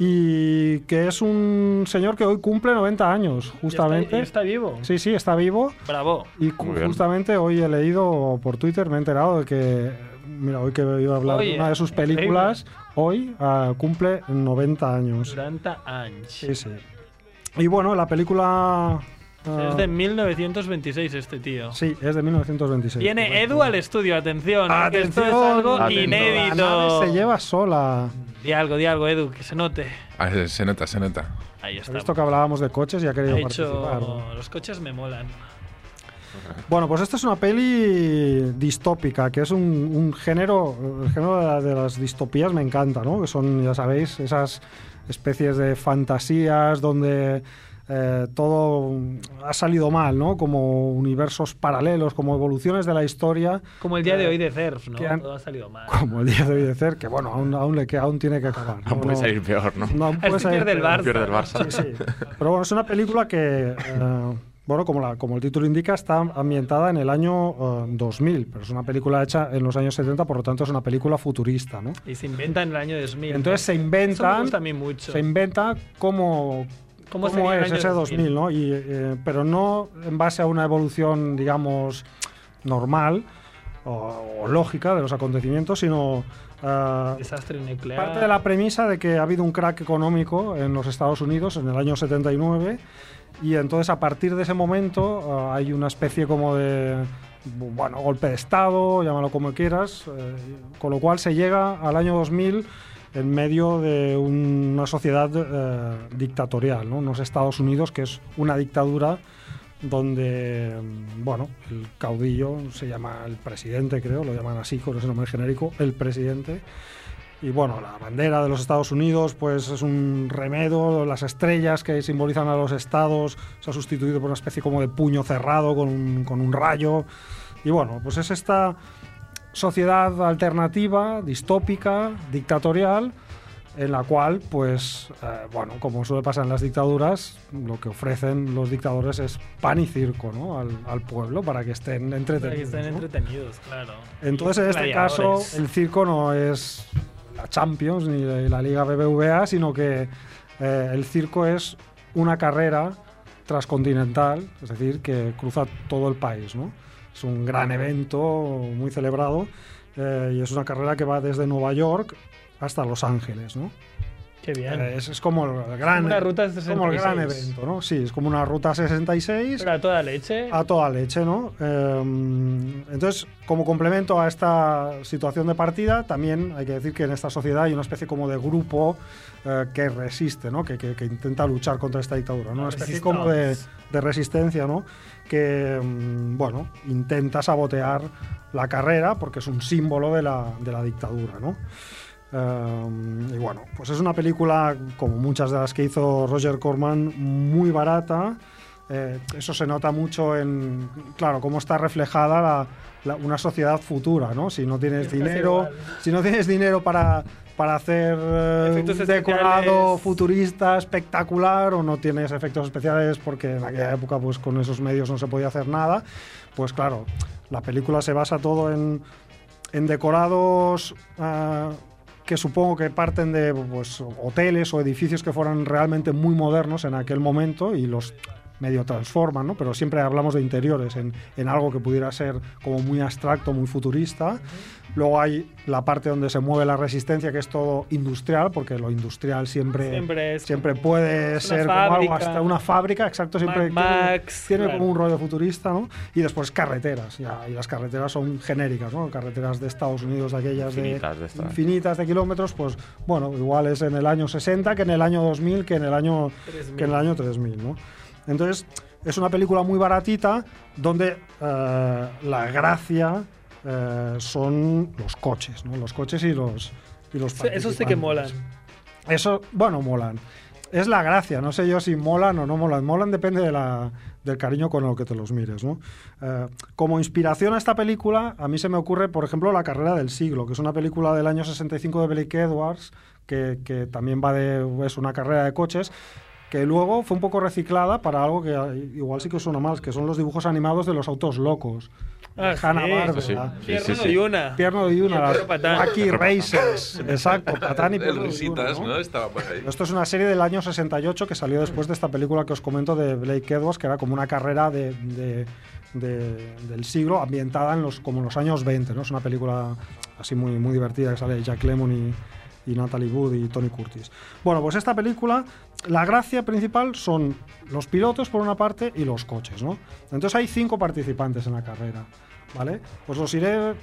D: Y que es un señor que hoy cumple 90 años, justamente.
C: Y está, y está vivo.
D: Sí, sí, está vivo.
C: Bravo.
D: Y cu-
B: Muy bien.
D: justamente hoy he leído por Twitter, me he enterado de que, mira, hoy que iba a hablar
C: Oye,
D: de una de sus películas, hoy ah, cumple 90 años.
C: 90 años.
D: Sí, sí. Y bueno, la película... ah,
C: Es de 1926 este tío.
D: Sí, es de 1926.
C: Viene Edu al estudio, atención. eh, que Esto es
D: Atención,
C: algo
B: Atención.
D: La nave
C: inédito.
D: se lleva sola.
C: Di algo, di algo, Edu, que se note.
E: Ah, se- se nota, se nota.
C: Ahí
D: Has
C: está.
D: visto que hablábamos de coches y ha querido
C: Ha
D: participar.
C: hecho... Los coches me molan.
D: Bueno, pues esta es una peli distópica, que es un, un género, el género de, la- de las distopías me encanta, ¿no? Que son, ya sabéis, esas especies de fantasías donde eh, todo ha salido mal, ¿no? Como universos paralelos, como evoluciones de la historia,
C: Como el día de hoy de CERF, ¿no?
D: que han-
C: Todo ha salido mal.
D: como el día de hoy de Cer, que bueno, aún, aún le queda- aún tiene que acabar.
B: No puede salir peor, ¿no?
D: no, aún
C: Así
D: puede salir
C: pierde el
D: peor.
C: Barça.
B: Pierde el Barça.
D: Sí, sí. Pero bueno, es una película que, eh, bueno, como, la, como el título indica, está ambientada en el año eh, 2000, pero es una película hecha en los años 70, por lo tanto es una película futurista, ¿no?
C: Y se inventa en el año 2000.
D: Entonces se
C: Eso me
D: inventan,
C: gusta a mí mucho.
D: se inventa cómo,
C: ¿Cómo
D: cómo,
C: sería el
D: es
C: año
D: ese 2000,
C: 2000,
D: ¿no? Y, eh, pero no en base a una evolución, digamos normal o, o lógica de los acontecimientos, sino ah,
C: Desastre nuclear.
D: parte de la premisa de que ha habido un crack económico en los Estados Unidos en el año 79 y entonces a partir de ese momento ah, hay una especie como de bueno, golpe de estado, llámalo como quieras, eh, con lo cual se llega al año 2000 en medio de un- una sociedad eh, dictatorial, ¿no? unos Estados Unidos que es una dictadura donde, mm, bueno, el caudillo se llama el presidente, creo, lo llaman así con ese nombre genérico, el presidente, y bueno, la bandera de los Estados Unidos pues es un remedo, las estrellas que simbolizan a los estados se ha sustituido por una especie como de puño cerrado con un, con un rayo. Y bueno, pues es esta sociedad alternativa, distópica, dictatorial, en la cual pues, eh, bueno, como suele pasar en las dictaduras, lo que ofrecen los dictadores es pan y circo ¿no? al, al pueblo para que estén entretenidos.
C: Para que estén
D: ¿no?
C: entretenidos, claro.
D: Entonces, en este caso,
C: Gladiadores.
D: el circo no es la Champions ni la, la Liga BBVA, sino que eh, el circo es una carrera transcontinental, es decir, que cruza todo el país. ¿no? Es un gran evento muy celebrado eh, y es una carrera que va desde Nueva York hasta Los Ángeles. ¿no?
C: Qué bien.
D: Eh, es, es como el gran,
C: Una ruta
D: es como el gran
C: 66.
D: evento. ¿no? Sí, es como una ruta 66
C: Pero a toda leche.
D: a toda leche, ¿no? Eh, entonces, como complemento a esta situación de partida, también hay que decir que en esta sociedad hay una especie como de grupo eh, que resiste, ¿no? Que, que- que intenta luchar contra esta dictadura, ¿no? Una especie como de, de resistencia, ¿no? Que, mm, bueno, intenta sabotear la carrera porque es un símbolo de la, de la dictadura, ¿no? Um, y bueno, pues es una película, como muchas de las que hizo Roger Corman, muy barata. Eh, eso se nota mucho en, claro, cómo está reflejada la- la- una sociedad futura, ¿no? Si no tienes
C: Es casi
D: dinero,
C: igual.
D: si no tienes dinero para, para hacer eh,
C: Efectos
D: un decorado
C: especiales.
D: futurista espectacular o no tienes efectos especiales porque en aquella época pues con esos medios no se podía hacer nada, pues claro, la película se basa todo en, en decorados ah, que supongo que parten de pues, hoteles o edificios que fueran realmente muy modernos en aquel momento y los medio transforman, ¿no? pero siempre hablamos de interiores, en, en algo que pudiera ser como muy abstracto, muy futurista. Luego hay la parte donde se mueve la resistencia, que es todo industrial, porque lo industrial siempre,
C: Siempre es
D: siempre
C: como-
D: puede
C: es una
D: ser como algo
C: fábrica.
D: hasta una fábrica, exacto, siempre
C: Mad
D: tiene-
C: Max,
D: tiene,
C: claro.
D: como un rollo futurista, ¿no? Y después carreteras, ya, y las carreteras son genéricas, ¿no? Carreteras de Estados Unidos, de aquellas
B: Infinitas
D: de,
B: de estas.
D: infinitas de kilómetros, pues bueno, igual es en el año 60, que en el año 2000, que en el año
C: 3000.
D: que en el año 3000, ¿no? Entonces, es una película muy baratita donde eh, la gracia eh, son los coches, ¿no? Los coches y los y los
C: Eso- Eso sí que
D: participantes.
C: molan.
D: Eso, bueno, molan. Es la gracia, no sé yo si molan o no molan. Molan depende de la- del cariño con el que te los mires. ¿no? Eh, como inspiración a esta película, a mí se me ocurre, por ejemplo, La carrera del siglo, que es una película del año 65 de Blake Edwards, que, que también va de, es una carrera de coches, que luego fue un poco reciclada para algo que eh, igual sí que os suena mal, que son los dibujos animados de los autos locos.
C: Ah,
D: de Hanna
C: sí.
D: Barbera.
B: Sí, sí.
C: Pierno
B: sí.
C: y una.
D: Pierno de una,
C: Y el perro
D: las
C: patán.
D: Wacky Racers. Exacto, Patán y Pierno de
J: Risitas,
D: Yuna,
J: ¿no? Estaba por ahí.
D: esto es una serie del año 68 que salió después de esta película que os comento de Blake Edwards, que era como una carrera de, de- de- del siglo ambientada en los, como en los años 20. ¿no? Es una película así muy, muy divertida que sale Jack Lemmon y, y Natalie Wood y Tony Curtis. Bueno, pues esta película, la gracia principal son los pilotos por una parte y los coches. ¿no? Entonces hay cinco participantes en la carrera. ¿Vale? Pues los iré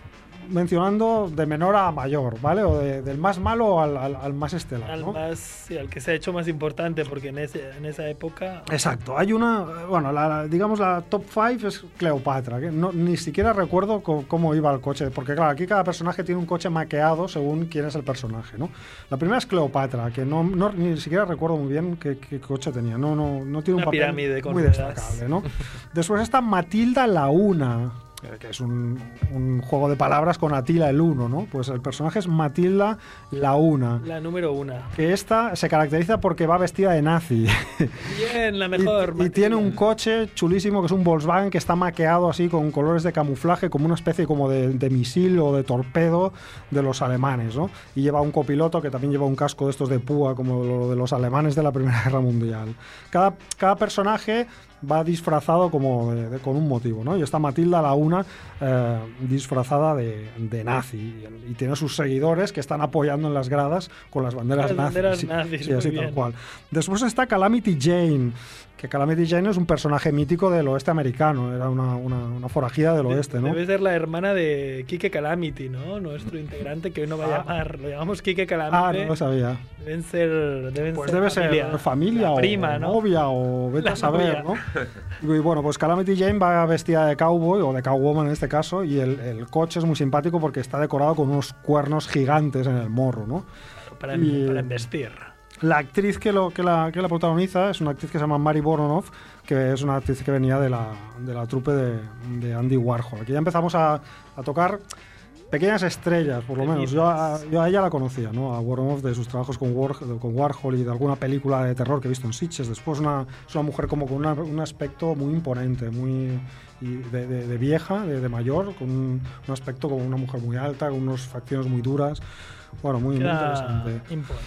D: mencionando de menor a mayor, ¿vale? O de- del más malo al, al- al más estelar.
C: Al
D: ¿no?
C: más, sí, al que se ha hecho más importante, porque en, ese, en esa época.
D: Exacto, hay una, eh, bueno, la- la- digamos la top 5 es Cleopatra, que no, ni siquiera recuerdo co- cómo iba el coche, porque claro, aquí cada personaje tiene un coche maqueado según quién es el personaje, ¿no? La primera es Cleopatra, que no, no- ni siquiera recuerdo muy bien qué, qué coche tenía, no, no, no tiene
C: Una
D: un papel
C: pirámide con
D: muy
C: ruedas.
D: destacable, ¿no? Después está Matilda la Una, eh, que es un, un juego de palabras con Atila el Uno, ¿no? Pues el personaje es Matilda la Una.
C: La número una.
D: Que esta se caracteriza porque va vestida de nazi.
C: Bien, la
D: Y-
C: mejor.
D: Y,
C: Matilda.
D: tiene un coche chulísimo que es un Volkswagen que está maqueado así con colores de camuflaje, como una especie como de, de misil o de torpedo de los alemanes, ¿no? Y lleva un copiloto que también lleva un casco de estos de púa, como lo de los alemanes de la Primera Guerra Mundial. Cada, cada personaje va disfrazado como de- de- con un motivo, ¿no? Y está Matilda la una eh, disfrazada de, de nazi y, y tiene sus seguidores que están apoyando en las gradas con las banderas
C: Las
D: nazis.
C: banderas
D: sí,
C: nazis,
D: sí,
C: muy
D: así tal
C: bien.
D: cual. Después está Calamity Jane, que Calamity Jane es un personaje mítico del oeste americano, era una, una- una forajida del oeste, ¿no?
C: Debe ser la hermana de Kike Calamity, ¿no? Nuestro integrante que hoy no va a llamar. Lo llamamos Kike
D: Ah,
C: Calamity.
D: no lo sabía.
C: Deben ser. Deben
D: Pues
C: ser
D: debe ser familia
C: La
D: o
C: prima, ¿no?
D: novia o vete
C: La
D: a saber,
C: novia.
D: ¿no? Y bueno, pues Calamity Jane va vestida de cowboy o de cowwoman en este caso y el, el coche es muy simpático porque está decorado con unos cuernos gigantes en el morro, ¿no?
C: Para, em-,
D: Y-
C: para investir.
D: La actriz que, lo, que, la, que la protagoniza es una actriz que se llama Mary Boronoff, que es una actriz que venía de la, de la trupe de, de Andy Warhol. Aquí ya empezamos a, a tocar pequeñas estrellas, por lo menos. Yo a, yo a ella la conocía, ¿no? A Boronoff de sus trabajos con, War- con Warhol y de alguna película de terror que he visto en Sitges. Después una, es una mujer como con una- un aspecto muy imponente, muy y de, de- de vieja, de, de mayor, con un, un aspecto como una mujer muy alta, con unas facciones muy duras. Bueno, muy, muy
C: Queda
D: interesante.
C: impone.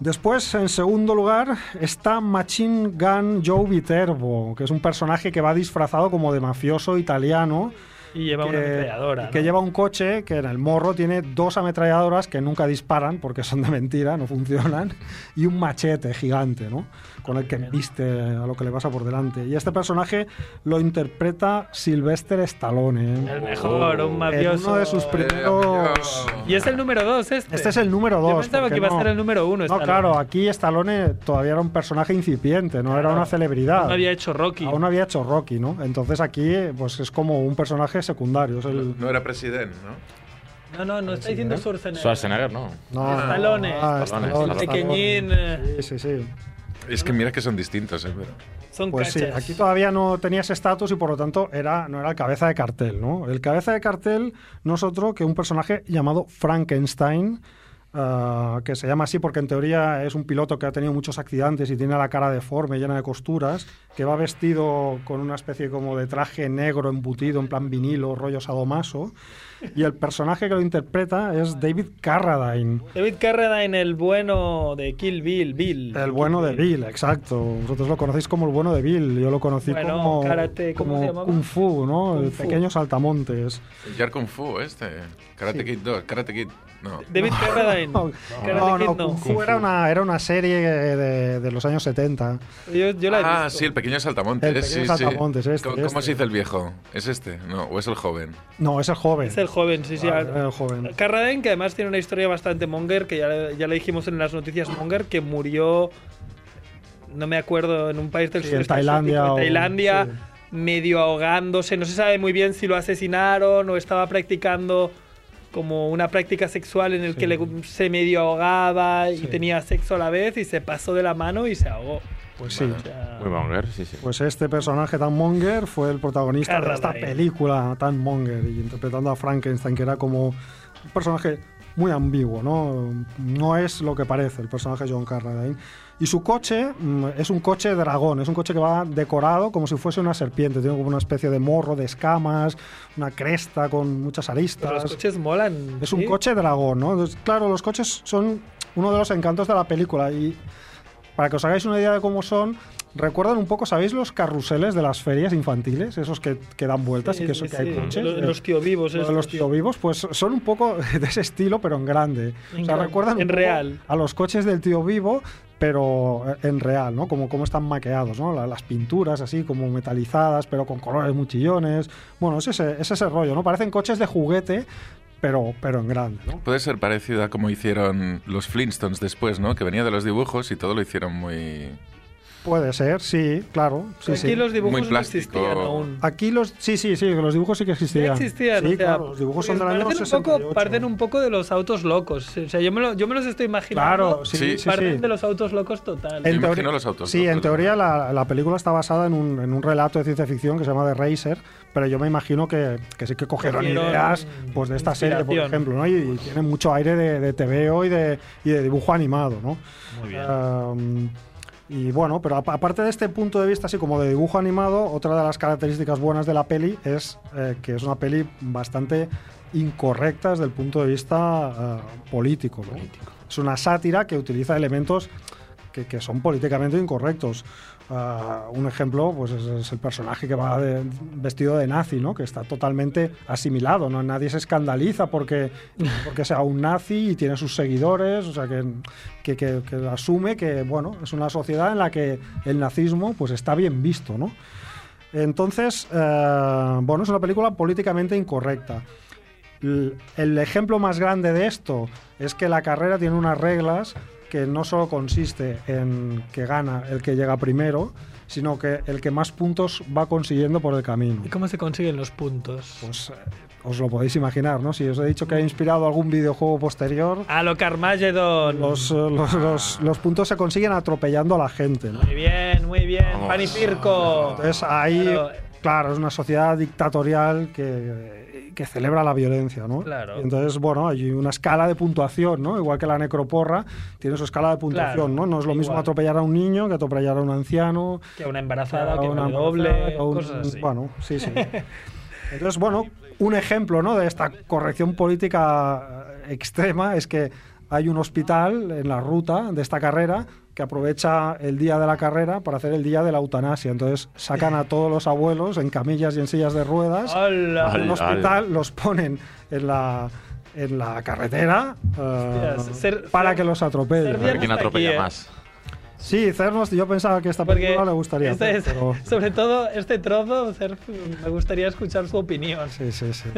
D: Después, en segundo lugar, está Machine Gun Joe Viterbo, que es un personaje que va disfrazado como de mafioso italiano.
C: Y lleva una
D: Que,
C: ametralladora.
D: que
C: ¿no?
D: lleva un coche que en el morro tiene dos ametralladoras que nunca disparan porque son de mentira, no funcionan, y un machete gigante, ¿no? Con el que viste a lo que le pasa por delante. Y este personaje lo interpreta Sylvester Stallone. ¿eh?
C: El mejor, un
D: En
C: mafioso.
D: uno de sus primeros.
C: Y es el número 2 este.
D: Este es el número 2.
C: Yo pensaba que iba a ser el número 1.
D: No, claro, aquí Stallone todavía era un personaje incipiente, no era una celebridad.
C: No había hecho Rocky.
D: Aún no había hecho Rocky, ¿no? Entonces aquí eh, pues es como un personaje secundario. Es el...
E: No era presidente, ¿no?
C: No, no, no está diciendo Schwarzenegger.
B: Schwarzenegger, no.
D: No,
C: Stallone.
D: ah,
B: Stallone,
D: Stallone,
C: Pequeñín.
D: Stallone.
C: eh,
D: Sí, sí, sí.
E: Es que mira que son distintos, ¿eh? Pero...
C: Son
D: Pues sí,
C: cachas.
D: aquí todavía no tenía ese estatus y por lo tanto era, no era el cabeza de cartel, ¿no? El cabeza de cartel no es otro que un personaje llamado Frankenstein, ah, que se llama así porque en teoría es un piloto que ha tenido muchos accidentes y tiene la cara deforme, llena de costuras, que va vestido con una especie como de traje negro embutido, en plan vinilo, rollo sadomaso. Y el personaje que lo interpreta es David Carradine.
C: David Carradine, el bueno de Kill Bill. Bill.
D: El bueno de Bill, exacto. Vosotros lo conocéis como el bueno de Bill. Yo lo conocí
C: Bueno,
D: como,
C: karate, ¿cómo
D: como
C: se llamaba?
D: Kung Fu, ¿no?
C: Kung
D: el
C: Fu.
D: pequeño saltamontes.
E: El Jar Kung Fu, este. Karate Kid 2, Karate Kid. No.
C: David Carradine.
D: No,
C: Karate
D: no,
C: Kid
D: no,
C: no.
D: Kung Fu era una, era una serie de, de los años 70.
C: Yo, yo la he
E: Ah,
C: visto.
E: sí, el pequeño saltamontes. eh,
D: El pequeño
E: sí, sí.
D: saltamontes, este,
E: ¿Cómo, cómo
D: este.
E: se dice el viejo? ¿Es este? No, o es el joven.
D: No, es el joven.
C: Es el joven, sí, sí.
D: Ah,
C: ah.
D: el joven.
C: Carradine, que además tiene una historia bastante monger, que ya, ya le dijimos en las noticias monger, que murió, no me acuerdo, en un país del
D: Sí,
C: sur
D: en Tailandia
C: asiático,
D: o-
C: en Tailandia,
D: sí.
C: medio ahogándose. No se sabe muy bien si lo asesinaron o estaba practicando como una práctica sexual en el que le- se medio ahogaba y
D: Sí.
C: tenía sexo a la vez y se pasó de la mano y se ahogó.
D: Pues sí.
C: O sea,
B: Muy monger, sí, sí.
D: Pues este personaje tan monger fue el protagonista de esta
C: Carradine.
D: película tan monger y interpretando a Frankenstein, que era como un personaje muy ambiguo, ¿no? No es lo que parece el personaje John Carradine. Y su coche mm, es un coche dragón, es un coche que va decorado como si fuese una serpiente, tiene como una especie de morro, de escamas, una cresta con muchas
C: pero los
D: aristas.
C: coches molan.
D: Es un
C: ¿sí?
D: coche dragón, ¿no? Entonces, claro, los coches son uno de los encantos de la película y para que os hagáis una idea de cómo son, recuerdan un poco, ¿sabéis los carruseles de las ferias infantiles? Esos que, que dan vueltas
C: Sí,
D: y que,
C: sí,
D: eso- que hay
C: sí.
D: coches.
C: Los,
D: eh,
C: los tío vivos.
D: lo de
C: estos.
D: los tío vivos, pues son un poco de ese estilo, pero en grande.
C: En
D: o sea,
C: grande,
D: recuerdan un
C: en
D: poco
C: real.
D: a los coches del tío vivo, pero eh, en real, ¿no? Como cómo están maqueados, ¿no? La- Las pinturas así, como metalizadas, pero con colores muy chillones. Bueno, es ese, es ese rollo, ¿no? Parecen coches de juguete, pero, pero en grande, ¿no?
E: Puede ser parecida como hicieron los Flintstones después, ¿no? Que venía de los dibujos y todo lo hicieron muy...
D: Puede ser, sí, claro. Sí,
C: Aquí
D: sí.
C: los dibujos
E: Muy
C: no
E: plástico.
C: existían aún.
D: Aquí los. Sí, sí, sí, los dibujos sí que
C: Sí
D: existían.
C: existían.
D: Sí,
C: o sea,
D: claro, los dibujos son del año
C: parecen
D: 68.
C: Un poco, parecen un poco de los autos locos. O sea, yo me, lo- yo me los estoy imaginando.
D: Claro, sí,
E: Sí.
D: sí. sí.
C: Parecen de los autos locos total.
E: El-
D: En
E: Yo imagino
D: teoría-
E: los autos,
D: Sí,
E: ¿no?
D: en teoría la, la película está basada en un, en un relato de ciencia ficción que se llama The Racer, pero yo me imagino que, que sí que cogieron
C: Cogieron
D: ideas pues, de esta serie, por
C: inspiración.
D: ejemplo, ¿no? y, y tiene mucho aire de, de TVO y de, y de dibujo animado. ¿no?
J: Muy bien.
D: Um, y bueno, pero apa- aparte de este punto de vista, así como de dibujo animado, otra de las características buenas de la peli es eh, que es una peli bastante incorrecta desde el ah, punto de vista eh, político. ¿no? Es una sátira que utiliza elementos que, que son políticamente incorrectos. Ah, un ejemplo pues es, es el personaje que va de- vestido de nazi, ¿no? que está totalmente asimilado. ¿no? Nadie se escandaliza porque, porque sea un nazi y tiene sus seguidores, o sea, que, que, que- que asume que bueno, es una sociedad en la que el nazismo pues, está bien visto. ¿no? Entonces, eh, bueno, es una película políticamente incorrecta. L- El ejemplo más grande de esto es que la carrera tiene unas reglas que no solo consiste en que gana el que llega primero, sino que el que más puntos va consiguiendo por el camino.
C: ¿Y cómo se consiguen los puntos?
D: Pues eh, os lo podéis imaginar, ¿no? Si os he dicho que ha inspirado algún videojuego posterior,
C: A lo Carmageddon.
D: los, eh, los- los- los puntos se consiguen atropellando a la gente. ¿no?
C: Muy bien, muy bien. Pan y circo.
D: Entonces ah, ahí,
C: Claro.
D: claro, es una sociedad dictatorial que, que celebra la violencia, ¿no?
C: Claro.
D: Y entonces, bueno, hay una escala de puntuación, ¿no? Igual que la necroporra tiene su escala de puntuación,
C: Claro,
D: ¿no? No es lo mismo
C: igual.
D: atropellar a un niño que atropellar a un anciano,
C: Que una embarazada,
D: a
C: que
D: una
C: una
D: embarazada,
C: doble,
D: que a un-
C: cosas así.
D: Bueno, sí, sí. Entonces, bueno, un ejemplo ¿no? de esta corrección política eh, extrema es que hay un hospital en la ruta de esta carrera que aprovecha el día de la carrera para hacer el día de la eutanasia. Entonces sacan a todos los abuelos en camillas y en sillas de ruedas
C: Hola.
D: en
B: Al-
D: un hospital, los ponen en la, en la carretera eh,
C: Hostias, ser-
D: para
C: ser-
D: que los
C: ser
B: A
C: bien-
D: atropellen.
B: ver quién
C: está aquí,
B: atropella
C: eh.
B: más.
D: Sí, Cernos, yo pensaba que esta
C: Porque
D: película le gustaría.
C: este
D: hacer,
C: es-
D: pero-
C: Sobre todo este trozo, Serf, me gustaría escuchar su opinión.
D: Sí, sí, sí.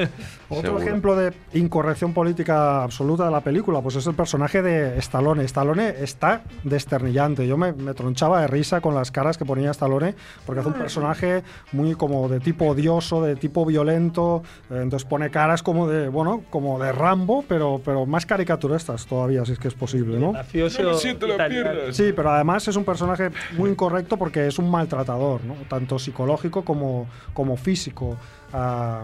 D: Otro
B: Seguro.
D: ejemplo de incorrección política absoluta de la película, pues es el personaje de Stallone. Stallone está desternillante. Yo me, me tronchaba de risa con las caras que ponía Stallone, porque hace un personaje muy como de tipo odioso, de tipo violento. eh, Entonces pone caras como de, bueno, como de Rambo, pero, pero más caricaturescas todavía, si es que es posible, ¿no?
C: Mafioso. italiano.
D: Sí, pero además es un personaje muy incorrecto porque es un maltratador, ¿no? tanto psicológico como, como físico. Ah,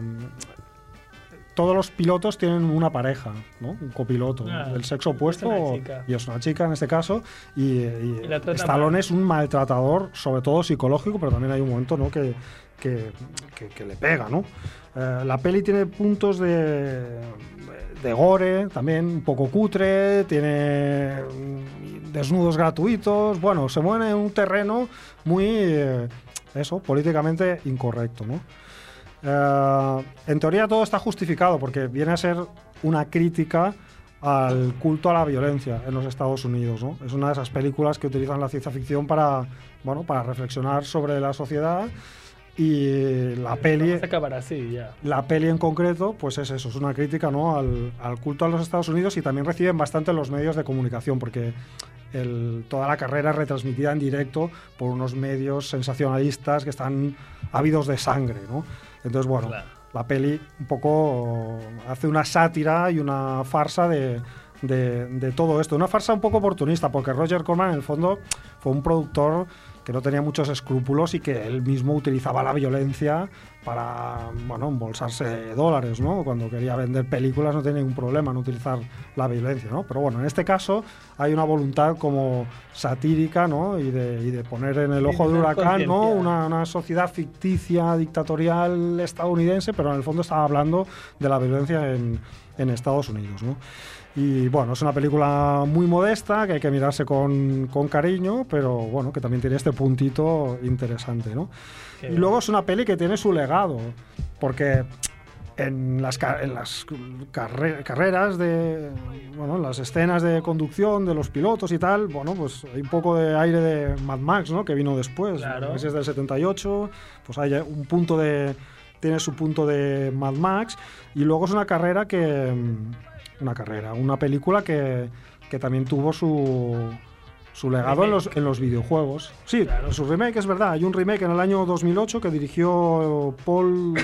D: todos los pilotos tienen una pareja, ¿no? un copiloto
C: Ah,
D: del sexo
C: es
D: opuesto,
C: una chica.
D: y es una chica en este caso, y, eh, y
C: Y la trata
D: Stallone
C: mal.
D: es un maltratador, sobre todo psicológico, pero también hay un momento ¿no? que, que, que- que le pega. ¿no? Eh, la peli tiene puntos de de gore, también un poco cutre, tiene mm, desnudos gratuitos, bueno, se mueve en un terreno muy, eh, eso, políticamente incorrecto, ¿no? Eh, en teoría todo está justificado porque viene a ser una crítica al culto a la violencia en los Estados Unidos, ¿no? Es una de esas películas que utilizan la ciencia ficción para, bueno, para reflexionar sobre la sociedad y la peli
C: Vamos a acabar así ya.
D: la peli en concreto, pues es eso, es una crítica ¿no? al, al culto a los Estados Unidos y también reciben bastante los medios de comunicación, porque el- toda la carrera es retransmitida en directo por unos medios sensacionalistas que están ávidos de sangre, ¿no? Entonces, bueno,
C: Claro.
D: la peli un poco hace una sátira y una farsa de, de- de todo esto. Una farsa un poco oportunista, porque Roger Corman, en el fondo, fue un productor que no tenía muchos escrúpulos y que él mismo utilizaba la violencia para, bueno, embolsarse dólares, ¿no? Cuando quería vender películas no tenía ningún problema en utilizar la violencia, ¿no? Pero bueno, en este caso hay una voluntad como satírica, ¿no? Y de, y de poner en el ojo del
C: tener
D: huracán, ¿no?
C: conciencia.
D: Una, una sociedad ficticia, dictatorial estadounidense, pero en el fondo estaba hablando de la violencia en, en Estados Unidos, ¿no? Y bueno, es una película muy modesta que hay que mirarse con, con cariño, pero bueno, que también tiene este puntito interesante, ¿no?
C: Qué
D: y luego es una peli que tiene su legado, porque en las, ca- en las carre- carreras de. Bueno, en las escenas de conducción de los pilotos y tal, bueno, pues hay un poco de aire de Mad Max, ¿no? Que vino después.
C: Claro.
D: Mad Max es del 78, pues hay un punto de. Tiene su punto de Mad Max. Y luego es una carrera que. mm, Una carrera, una película que, que también tuvo su. Su legado en los, en los videojuegos. Sí, su remake es verdad. Hay un remake en el año 2008 que dirigió Paul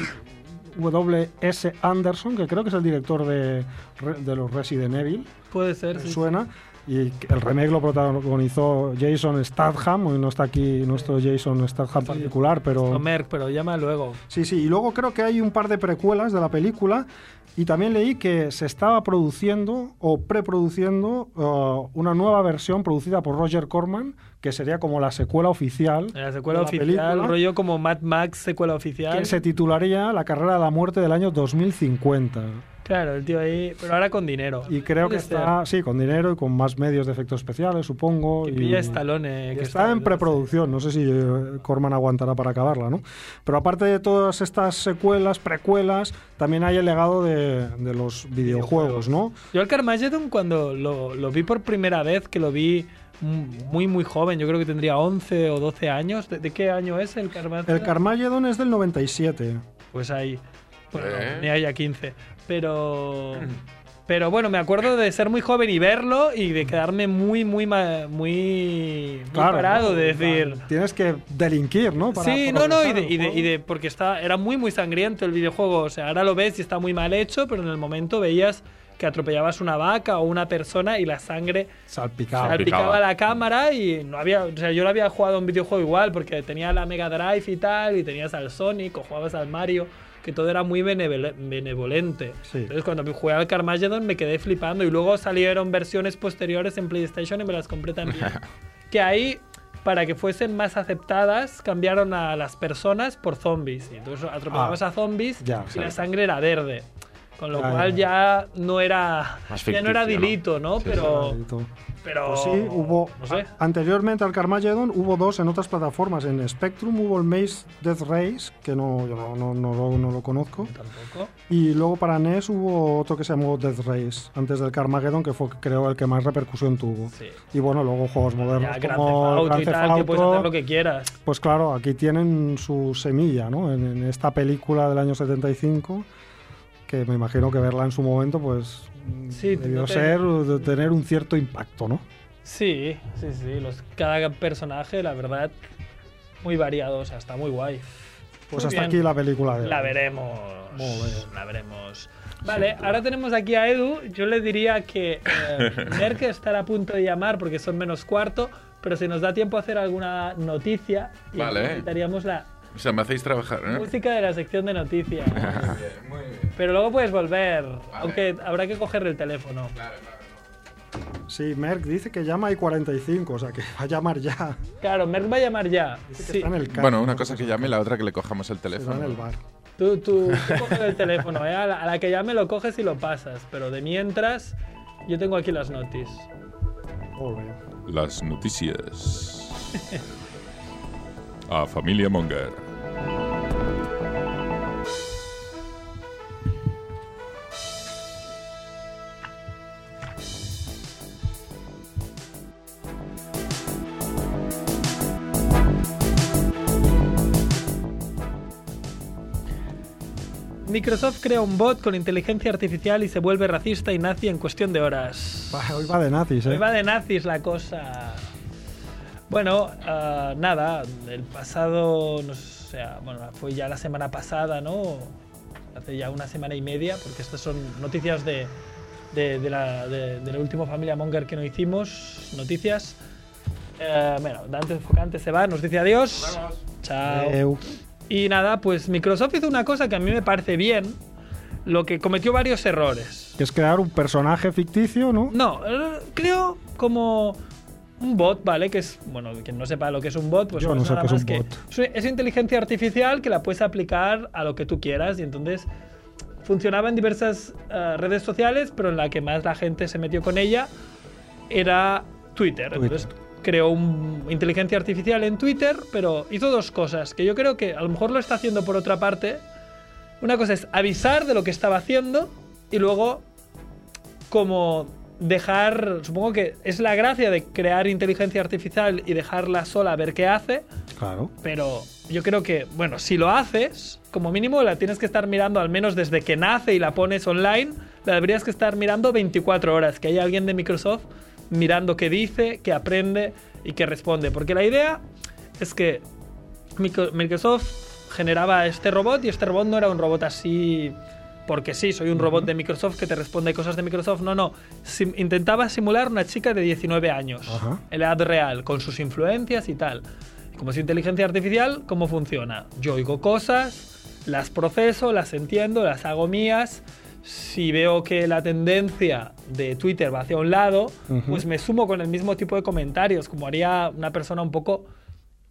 D: W.S. Anderson, que creo que es el director de, Re- de los Resident Evil,
C: Puede ser.
D: me
C: sí.
D: suena. Y el remake lo protagonizó Jason Statham, hoy no está aquí nuestro Jason Statham particular, pero...
C: O Merck, pero llama luego.
D: Sí, sí, y luego creo que hay un par de precuelas de la película y también leí que se estaba produciendo o preproduciendo eh, una nueva versión producida por Roger Corman, que sería como la secuela oficial.
C: La secuela
D: de
C: oficial,
D: película,
C: rollo como Mad Max, secuela oficial.
D: que se titularía La carrera de la muerte del año 2050.
C: Claro, el tío ahí. Pero ahora con dinero.
D: Y creo que
C: Este,
D: está, sí, con dinero y con más medios de efectos especiales, supongo.
C: Que
D: y-
C: pilla Stallone. eh,
D: y
C: que
D: está en preproducción, no sé si eh, Corman aguantará para acabarla, ¿no? Pero aparte de todas estas secuelas, precuelas, también hay el legado de, de los videojuegos, ¿no?
C: Yo el Carmageddon cuando lo, lo vi por primera vez, que lo vi mm, muy, muy joven, yo creo que tendría 11 o 12 años. ¿De, de qué año es el Carmageddon?
D: El Carmageddon es del 97.
C: Pues ahí. Bueno,
E: ¿Eh?
C: ni ahí a 15. Pero. Pero bueno, me acuerdo de ser muy joven y verlo y de quedarme muy, muy, ma- muy, muy
D: Claro,
C: parado,
D: ¿no?
C: de decir.
D: Tienes que delinquir, ¿no? Para
C: sí, no, no, y
D: progresar
C: de,
D: el
C: y de- y
D: juego.
C: de- porque está, era muy, muy sangriento el videojuego. O sea, ahora lo ves y está muy mal hecho, pero en el momento veías que atropellabas una vaca o una persona y la sangre
D: Salpicado.
C: salpicaba la cámara y no había, o sea, yo lo había jugado un videojuego igual porque tenía la Mega Drive y tal y tenías al Sonic o jugabas al Mario, que todo era muy benevol- benevolente.
D: Sí.
C: Entonces cuando me jugué al Carmageddon me quedé flipando y luego salieron versiones posteriores en PlayStation y me las compré también. que ahí para que fuesen más aceptadas, cambiaron a las personas por zombies. Y entonces atropellabas
D: Ah,
C: a zombies
D: ya,
C: y la
D: claro.
C: sangre era verde. Con lo
D: Ah,
C: cual ya no era
B: Más
C: ya no era
B: ficticio, ¿no?
C: delito, ¿no?
B: Sí, sí.
C: Pero
D: Maldito.
C: pero
D: Pues sí, hubo.
C: No sé.
D: a- Anteriormente al Carmageddon hubo dos en otras plataformas. En Spectrum hubo el Maze Death Race, que no, yo no, no, no lo- no lo conozco.
C: Tampoco.
D: Y luego para NES hubo otro que se llamó Death Race, antes del Carmageddon, que fue creo el que más repercusión tuvo.
C: Sí.
D: Y bueno, luego juegos modernos
C: Ya, Grand
D: como
C: Theft Auto y
D: Grand Theft
C: tal, que puedes
D: Auto.
C: hacer lo que quieras.
D: Pues claro, aquí tienen su semilla, ¿no? En, en esta película del año 75, que me imagino que verla en su momento, pues
C: Sí,
D: debió
C: no te-
D: ser de tener un cierto impacto, ¿no?
C: Sí, sí, sí. Los, cada personaje, la verdad, muy variado. O sea, está muy guay.
D: Pues hasta
C: Muy bien.
D: aquí la película de
C: La
D: hoy.
C: veremos.
D: Muy bien.
C: La veremos. Vale, ahora tenemos aquí a Edu. Yo le diría que eh, Merck estará a punto de llamar porque son menos cuarto. Pero si nos da tiempo a hacer alguna noticia, y
E: Vale.
C: quitaríamos la
E: O sea, me hacéis trabajar, ¿eh?
C: música de la sección de noticias. Pero luego puedes volver, aunque habrá que coger el teléfono.
D: Sí, Merck dice que llama y 45, o sea que va a llamar ya.
C: Claro, Merck va a llamar ya. Sí.
D: Está en el carro,
E: Bueno, una
D: ¿no?
E: cosa que llame y la otra que le cojamos el
D: Está en el
E: teléfono.
D: bar.
C: Tú, tú, tú coges el teléfono, ¿eh? a, la, a la que llame lo coges y lo pasas. Pero de mientras, yo tengo aquí las notis.
D: Muy bien.
E: Las noticias. A Familia Monger.
C: Microsoft crea un bot con inteligencia artificial y se vuelve racista y nazi en cuestión de horas.
D: Va, Hoy va de nazis, ¿eh?
C: Hoy va de nazis la cosa. Bueno, ah, nada, el pasado, no sé, o sea, bueno, fue ya la semana pasada, ¿no? Hace ya una semana y media, porque estas son noticias de, de, de la, de, de la última familia Monger que no hicimos, noticias. Eh, bueno, Dante Focante se va, nos dice adiós. Chao.
D: Eu.
C: Y nada, pues Microsoft hizo una cosa que a mí me parece bien, lo que cometió varios errores.
D: que es crear un personaje ficticio, ¿no?
C: No, eh, creo como un bot, ¿vale? Que es, bueno, quien no sepa lo que es un bot, pues
D: Yo
C: no es
D: no sé
C: nada
D: qué es
C: más
D: un
C: que
D: bot.
C: es una- es inteligencia artificial que la puedes aplicar a lo que tú quieras y entonces funcionaba en diversas eh, redes sociales, pero en la que más la gente se metió con ella era Twitter. Entonces creó un- inteligencia artificial en Twitter, pero hizo dos cosas que yo creo que a lo mejor lo está haciendo por otra parte. Una cosa es avisar de lo que estaba haciendo y luego como dejar, supongo que es la gracia de crear inteligencia artificial y dejarla sola a ver qué hace,
D: Claro.
C: pero yo creo que, bueno, si lo haces, como mínimo la tienes que estar mirando al menos desde que nace y la pones online, la deberías que estar mirando 24 horas, que hay alguien de Microsoft mirando qué dice, qué aprende y qué responde, porque la idea es que Micro- Microsoft generaba este robot y este robot no era un robot así porque sí, soy un robot de Microsoft que te responde cosas de Microsoft. No, no. Sim- intentaba simular una chica de 19 años,
D: Ajá.
C: en la edad real, con sus influencias y tal. Como es inteligencia artificial, ¿cómo funciona? Yo oigo cosas, las proceso, las entiendo, las hago mías. Si veo que la tendencia de Twitter va hacia un lado, pues me sumo con el mismo tipo de comentarios, como haría una persona un poco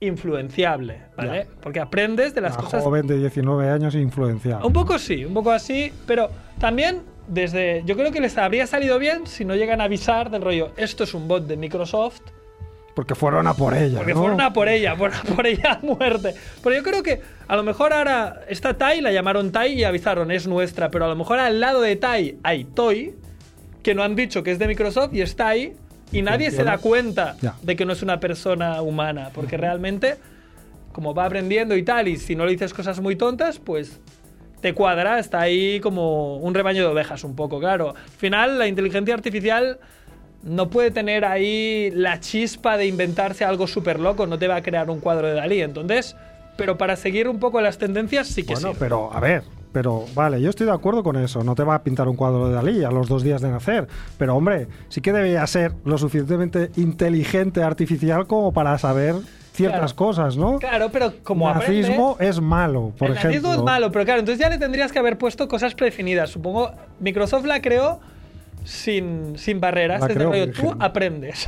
C: influenciable, ¿vale? Porque aprendes de las
D: Una
C: cosas
D: joven de 19 años influenciada.
C: un poco sí, un poco así, pero también desde. Yo creo que les habría salido bien si no llegan a avisar del rollo. Esto es un bot de Microsoft.
D: Porque fueron a por ella.
C: Porque
D: ¿no?
C: fueron a por ella, fueron a por ella a muerte. Pero yo creo que a lo mejor ahora está Tai, la llamaron Tai y avisaron, es nuestra. Pero a lo mejor al lado de Tai hay Toy, que no han dicho que es de Microsoft y está ahí. Y nadie se da cuenta
D: Ya.
C: de que no es una persona humana. Porque realmente, como va aprendiendo y tal, y si no le dices cosas muy tontas, pues te cuadra, está ahí como un rebaño de ovejas un poco, claro. Al final, la inteligencia artificial no puede tener ahí la chispa de inventarse algo súper loco, no te va a crear un cuadro de Dalí. Entonces, pero para seguir un poco las tendencias sí que
D: Bueno,
C: sí.
D: pero a ver, pero vale, yo estoy de acuerdo con eso. No te va a pintar un cuadro de Dalí a los dos días de nacer. Pero hombre, sí que debería ser lo suficientemente inteligente artificial como para saber ciertas
C: Claro.
D: cosas, ¿no?
C: Claro, pero como
D: nazismo
C: aprende-
D: es malo, por
C: el
D: ejemplo.
C: nazismo es malo, pero claro, entonces ya le tendrías que haber puesto cosas predefinidas. Supongo, Microsoft la creó sin, sin barreras.
D: La
C: desde
D: creó
C: el rollo,
D: virgen.
C: tú aprendes.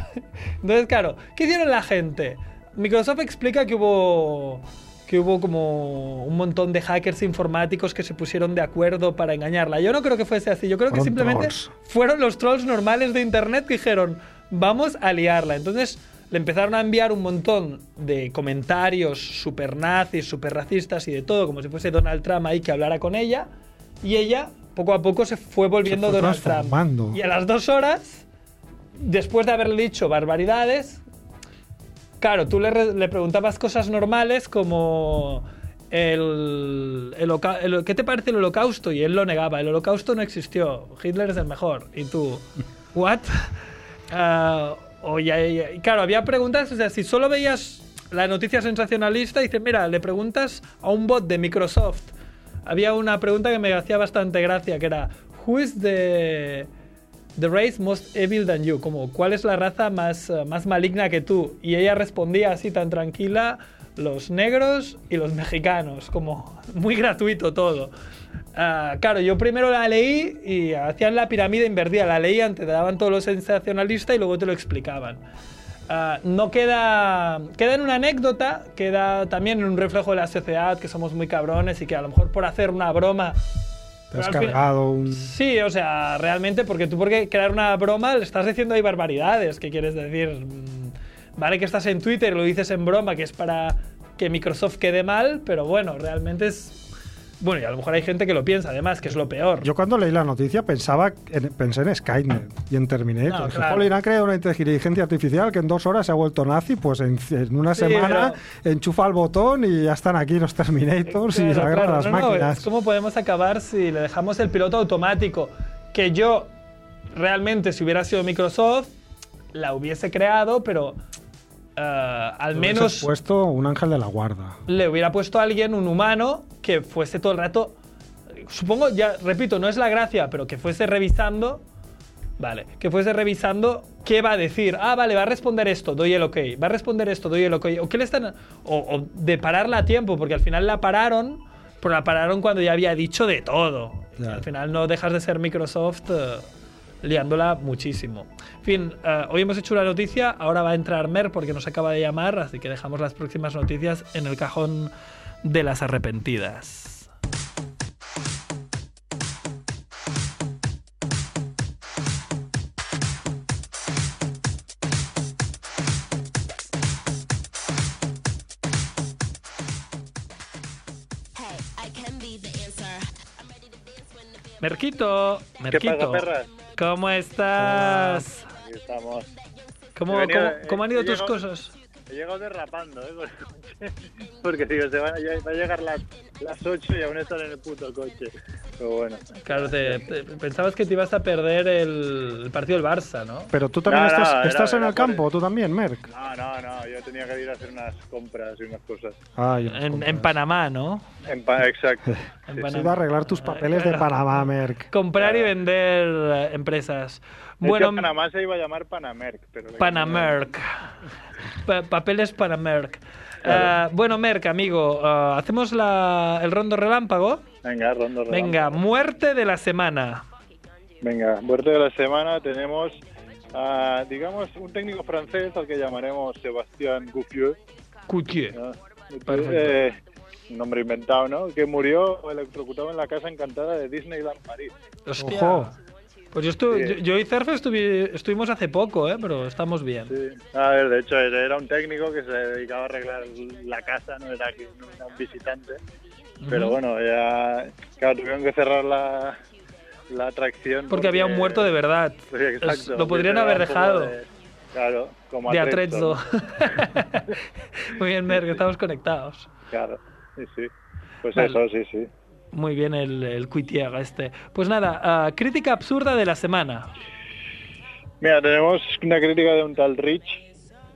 C: Entonces, claro, ¿qué hicieron la gente? Microsoft explica que hubo que hubo como un montón de hackers informáticos que se pusieron de acuerdo para engañarla. Yo no creo que fuese así. Yo creo que
D: Fueron
C: simplemente
D: trolls.
C: fueron los trolls normales de internet que dijeron, vamos a liarla. Entonces le empezaron a enviar un montón de comentarios super nazis, super racistas y de todo, como si fuese Donald Trump ahí que hablara con ella. Y ella, poco a poco, se fue volviendo
D: Se fue
C: Donald
D: transformando.
C: Trump. Y a las dos horas, después de haberle dicho barbaridades, Claro, tú le, re- le preguntabas cosas normales como el, el hoca- el- ¿qué te parece el holocausto? Y él lo negaba, el holocausto no existió, Hitler es el mejor. Y tú, ¿what? Ah, o ya- ya- y claro, había preguntas, o sea, si solo veías la noticia sensacionalista, dices, mira, le preguntas a un bot de Microsoft. Había una pregunta que me hacía bastante gracia, que era, ¿who is the... The race most evil than you, como ¿cuál es la raza más, eh, más maligna que tú? Y ella respondía así tan tranquila, los negros y los mexicanos, como muy gratuito todo. Ah, claro, yo primero la leí y hacían la pirámide invertida, la leían, te daban todo lo sensacionalista y luego te lo explicaban. Ah, no queda, queda en una anécdota, queda también en un reflejo de la sociedad, que somos muy cabrones y que a lo mejor por hacer una broma...
D: Te has
C: Pero al fin-
D: cargado un.
C: Sí, o sea, realmente, porque tú por qué crear una broma le estás diciendo ahí barbaridades, que quieres decir, mm, vale que estás en Twitter, lo dices en broma, que es para que Microsoft quede mal, pero bueno, realmente es... Bueno, y a lo mejor hay gente que lo piensa, además, que es lo peor.
D: Yo cuando leí la noticia pensaba en- pensé en Skynet y en Terminator.
C: No,
D: Dije,
C: claro.
D: "Jolín, han creado una inteligencia artificial que en dos horas se ha vuelto nazi, pues en, en una
C: Sí,
D: semana enchufa el botón y ya están aquí los Terminators y
C: Eh, Claro,
D: agarran
C: claro,
D: las
C: no, no,
D: máquinas.
C: es ¿Cómo podemos acabar si le dejamos el piloto automático? Que yo, realmente, si hubiera sido Microsoft, la hubiese creado, pero eh, al
D: Hubiese
C: menos...
D: Pues puesto un ángel de la guarda.
C: le hubiera puesto a alguien, un humano, que fuese todo el rato. Supongo, ya repito, no es la gracia, pero que fuese revisando. Vale, que fuese revisando qué va a decir. Ah, vale, va a responder esto, doy el ok. Va a responder esto, doy el ok. O qué le están. O, o de pararla a tiempo, porque al final la pararon, pero la pararon cuando ya había dicho de todo.
D: Claro.
C: Al final no dejas de ser Microsoft eh, liándola muchísimo. En fin, eh, hoy hemos hecho una noticia, ahora va a entrar Mer porque nos acaba de llamar, así que dejamos las próximas noticias en el cajón de las arrepentidas. Merquito, Merquito,
J: perras?
C: ¿cómo estás?
J: Ahí estamos.
C: ¿Cómo,
J: He venido-
C: cómo- cómo han ido
J: he
C: tus
J: llegado-
C: cosas?
J: He llegado derrapando, ¿eh? Con el coche. Porque digo, se van a, ya- va a llegar las, las 8 y aún están en el puto coche. Pero bueno.
C: Claro, te- te- pensabas que te ibas a perder el, el partido del Barça, ¿no?
D: Pero tú también
J: No, no,
D: estás,
J: era-
D: estás en
J: era
D: el
J: por
D: campo, tú también, Merck.
J: No, no, no. Yo tenía que ir a hacer unas compras y unas cosas.
D: Ay,
C: En, en Panamá, ¿no?
J: En pa- Exacto.
C: En
D: Has
J: Sí,
C: Panamá. Ah,
D: ido a arreglar tus papeles de Panamá, Merck.
C: Comprar y vender eh, empresas.
J: De hecho,
C: Bueno,
J: Panamá se iba a llamar Panamerc. Pero le-
C: Panamerc. Pa- papeles Panamerc. Ah, bueno, Merck, amigo, ah, hacemos la, el rondo relámpago.
J: Venga, rondo redondo.
C: Venga, muerte de la semana.
J: Venga, muerte de la semana tenemos a, digamos, un técnico francés al que llamaremos Sebastián Gouffieux.
C: Coutier.
J: ¿no?
C: Perfecto.
J: Eh, un nombre inventado, ¿no? Que murió electrocutado en la casa encantada de Disneyland París.
C: Hostia.
D: Ojo.
C: Pues yo, estu-
J: Sí.
C: yo, yo y Cerf estuvi- estuvimos hace poco, ¿eh? pero estamos bien.
J: Sí. A ver, de hecho, era un técnico que se dedicaba a arreglar la casa, no era, que- no era un visitante. Pero
C: Ujú.
J: bueno, ya claro, tuvieron que cerrar la, la atracción.
C: Porque había un muerto de verdad.
J: Sí, exacto,
C: Es- lo
J: porque
C: podrían
J: era
C: haber
J: un poco
C: dejado.
J: de- claro, como
C: De
J: atrezzo,
C: atrezzo.
J: ¿no?
C: Muy bien, Mer, que estamos conectados.
J: Claro, sí, sí. Pues
C: Vale.
J: eso, sí, sí.
C: Muy bien el, el cuitier este. Pues nada, ah, crítica absurda de la semana.
J: Mira, tenemos una crítica de un tal Rich,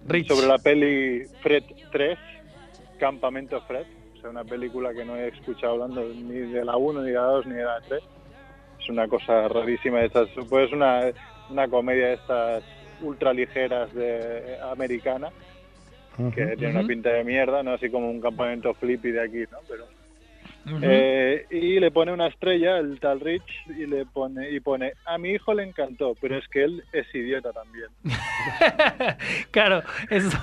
C: Rich.
J: sobre la peli Fred 3, Campamento Fred. O sea, una película que no he escuchado hablando ni de la 1, ni de la 2, ni de la 3. Es una cosa rarísima de estas. Pues una, una comedia de estas ultraligeras de, eh, americana. que
D: Ujú.
J: tiene una pinta de mierda, ¿no? Así como un campamento flippy de aquí, ¿no? Pero,
C: Ujú.
J: eh, y le pone una estrella, el tal Rich, y le pone, y pone, a mi hijo le encantó, pero es que él es idiota también.
C: Claro, eso,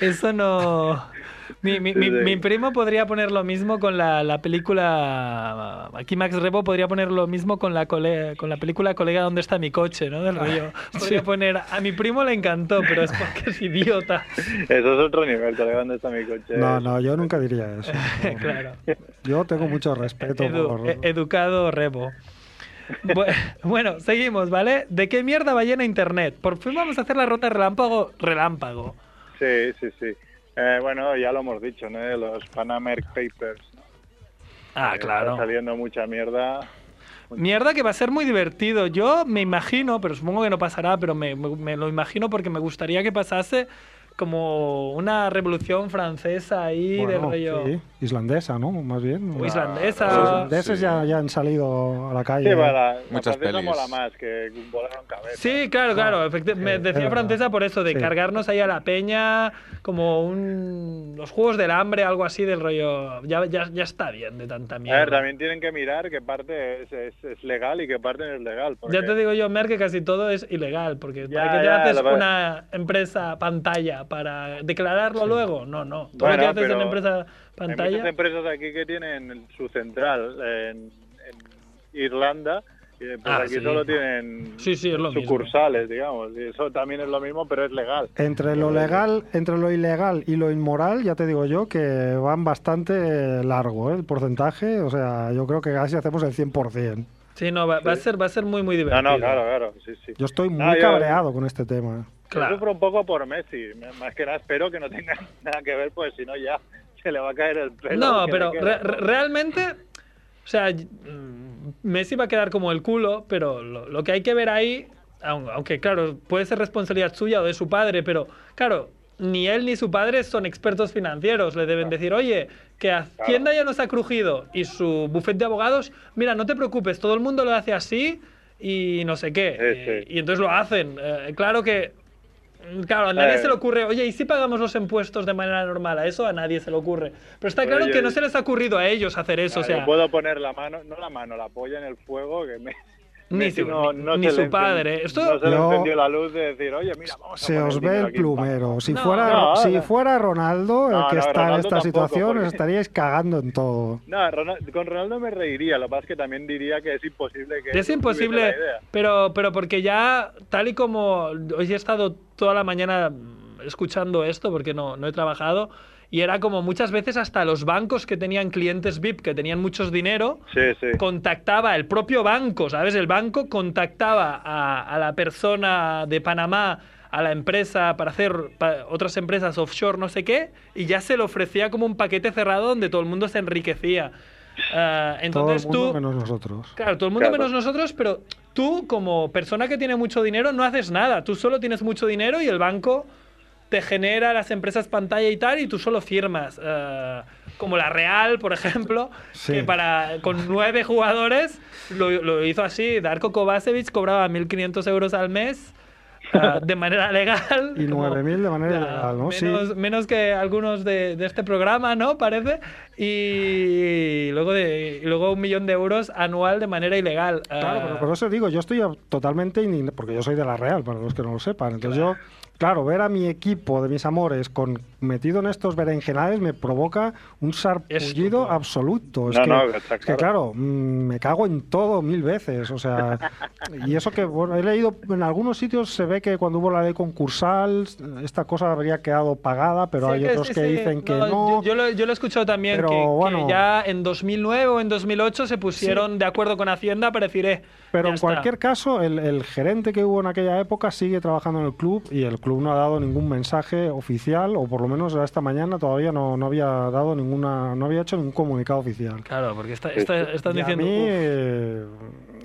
C: eso no. Mi, mi-
J: Sí,
C: mi-
J: sí.
C: mi primo podría poner lo mismo con la, la película. Aquí Max Rebo podría poner lo mismo con la, cole- con la película Colega, ¿dónde está mi coche? ¿no? Del rollo.
J: Ah,
C: Podría poner. A mi primo le encantó, pero es porque es idiota.
J: Eso es otro nivel, colega, ¿dónde está mi coche?
D: No, no, yo nunca diría eso.
C: claro.
D: Yo tengo mucho respeto
C: Eh, Edu-
D: por...
C: e- educado Rebo. Bu- bueno, seguimos, ¿vale? ¿De qué mierda va llena Internet? Por fin vamos a hacer la ruta relámpago. Relámpago.
J: Sí, sí, sí. Eh, bueno, ya lo hemos dicho, ¿no? De Los Panameric Papers. ¿no?
C: Ah,
J: Eh,
C: claro.
J: Está saliendo mucha mierda.
C: Mierda que va a ser muy divertido. Yo me imagino, pero supongo que no pasará, pero me, me- me lo imagino porque me gustaría que pasase como una revolución francesa ahí del
D: Bueno,
C: rollo.
D: sí, islandesa, ¿no? Más bien.
C: O
D: Los
C: islandesa.
E: Ah,
D: islandeses
E: sí.
D: ya, ya han salido a la calle.
J: Sí, va, la, la
E: Muchas
J: francesa
E: pelis.
J: mola más, que volaron cabeza.
C: Sí, claro, claro. efecti- me
D: es
C: decía
D: verdad.
C: francesa por eso, de
D: Ah, eh, Sí.
C: cargarnos ahí a la peña, como un, los juegos del hambre, algo así del rollo. Ya, ya, ya está bien de tanta
J: A ver,
C: mierda.
J: también tienen que mirar qué parte es, es- es legal y qué parte no es legal. porque-
C: Ya te digo yo, Mer, que casi todo es ilegal, porque
J: Ya,
C: ¿para qué te
J: ya,
C: haces
J: la verdad.
C: una empresa pantalla para declararlo luego? No, no. Todo
J: Bueno,
C: lo que haces en
J: pero
C: empresa
J: Hay muchas
C: pantalla.
J: empresas aquí que tienen su central en, en Irlanda y pues
C: Ah,
J: aquí
C: sí.
J: solo tienen
C: Sí, sí, es lo mismo.
J: sucursales, digamos. Y eso también es lo mismo, pero es legal.
D: Entre lo legal, entre lo ilegal y lo inmoral, ya te digo yo que van bastante largo ¿eh? el porcentaje. O sea, yo creo que casi hacemos el 100%.
C: Sí, no, va, va a ser, va a ser muy, muy
J: No,
C: divertido.
J: no, claro, claro. Sí, sí.
D: Yo estoy muy
J: Ah, yo-
D: cabreado con este tema.
J: Yo
C: Claro.
J: sufro un poco por Messi. Más que nada espero que no tenga nada que ver, pues si no ya se le va a caer el pelo.
C: No,
J: que le
C: pero
J: queda.
C: re- re- realmente, o sea, y- mm, Messi va a quedar como el culo, pero lo, lo que hay que ver ahí, aun- aunque claro, puede ser responsabilidad suya o de su padre, pero claro, ni él ni su padre son expertos financieros. Le deben decir, oye, que Hacienda ya nos ha crujido y su bufete de abogados, mira, no te preocupes, todo el mundo lo hace así y no sé qué.
J: Sí, sí.
C: Y, y entonces lo hacen. Eh, claro que Mm, Claro, a nadie
J: Eh.
C: se le ocurre, oye, ¿y si pagamos los impuestos de manera normal? A eso a nadie se le ocurre. Pero está claro
J: Oye,
C: que no
J: oye.
C: se les ha ocurrido a ellos hacer eso,
J: Ah,
C: o sea,
J: yo puedo poner la mano, no la mano, la polla en el fuego que me...
C: ni
J: Messi
C: su,
J: no-
C: ni-
J: no
C: ni
J: se le
C: su padre.
J: encend-
C: Esto,
J: No se le
D: Yo-
J: encendió la luz de decir, oye, mira, vamos a
D: Se
J: poner
D: os ve
J: dinero
D: el
J: aquí, pam.
D: plumero. Si,
C: No,
D: fuera,
J: no,
D: si
J: no.
D: fuera Ronaldo el
J: No,
D: que
J: no,
D: está en
J: Ronaldo
D: esta
J: tampoco,
D: situación,
J: porque-
D: os estaríais cagando en todo.
J: No, Ronald- con Ronaldo me reiría, lo que pasa es que también diría que es imposible que...
C: es
J: yo tuviese
C: imposible,
J: la idea.
C: pero, pero porque ya, tal y como hoy he estado toda la mañana mm, escuchando esto, porque no, no he trabajado, y era como muchas veces hasta los bancos que tenían clientes VIP, que tenían muchos dinero,
J: Sí, sí.
C: contactaba el propio banco, ¿sabes? El banco contactaba a, a la persona de Panamá, a la empresa para hacer pa- otras empresas offshore, no sé qué, y ya se le ofrecía como un paquete cerrado donde todo el mundo se enriquecía. Ah, entonces
D: todo el mundo
C: tú,
D: menos nosotros.
C: claro, todo el mundo
J: Claro.
C: menos nosotros, pero tú como persona que tiene mucho dinero no haces nada, tú solo tienes mucho dinero y el banco te genera las empresas pantalla y tal y tú solo firmas. ah, como la Real, por ejemplo,
D: Sí.
C: que para, con nueve jugadores lo, lo hizo así. Darko Kovacevic cobraba 1.500 euros al mes. sea, de manera legal.
D: Y
C: como-
D: 9.000 de manera ilegal, Ah, ¿no? Sí.
C: menos, menos que algunos de, de este programa, ¿no? Parece. Y luego, de, y luego un millón de euros anual de manera ilegal.
D: Claro, pero por eso digo, yo estoy a- totalmente indignado, porque yo soy de la Real, para los que no lo sepan. Entonces yo, claro, ver a mi equipo de mis amores con metido en estos berenjenales me provoca un sarpullido absoluto. Es
J: No,
D: que,
J: no, está
D: que, claro, mm, me cago en todo mil veces. O sea, y eso que bueno, he leído en algunos sitios se ve que cuando hubo la ley concursal esta cosa habría quedado pagada, pero
C: Ah, Sí,
D: hay
C: que
D: otros
C: sí,
D: que
C: sí.
D: dicen que
C: No,
D: no.
C: Yo, yo lo, yo lo he escuchado también,
D: Pero,
C: que, que
D: bueno.
C: ya en 2009 o en 2008 se pusieron de acuerdo con Hacienda para decir, eh,
D: Pero
C: ya
D: en
C: está.
D: cualquier caso, el, el gerente que hubo en aquella época sigue trabajando en el club y el club no ha dado ningún mensaje oficial, o por lo menos hasta mañana todavía no, no había dado ninguna, no había hecho ningún comunicado oficial.
C: Claro, porque está- está- están
D: Y
C: diciendo...
D: a mí,
C: "Uf".
D: eh,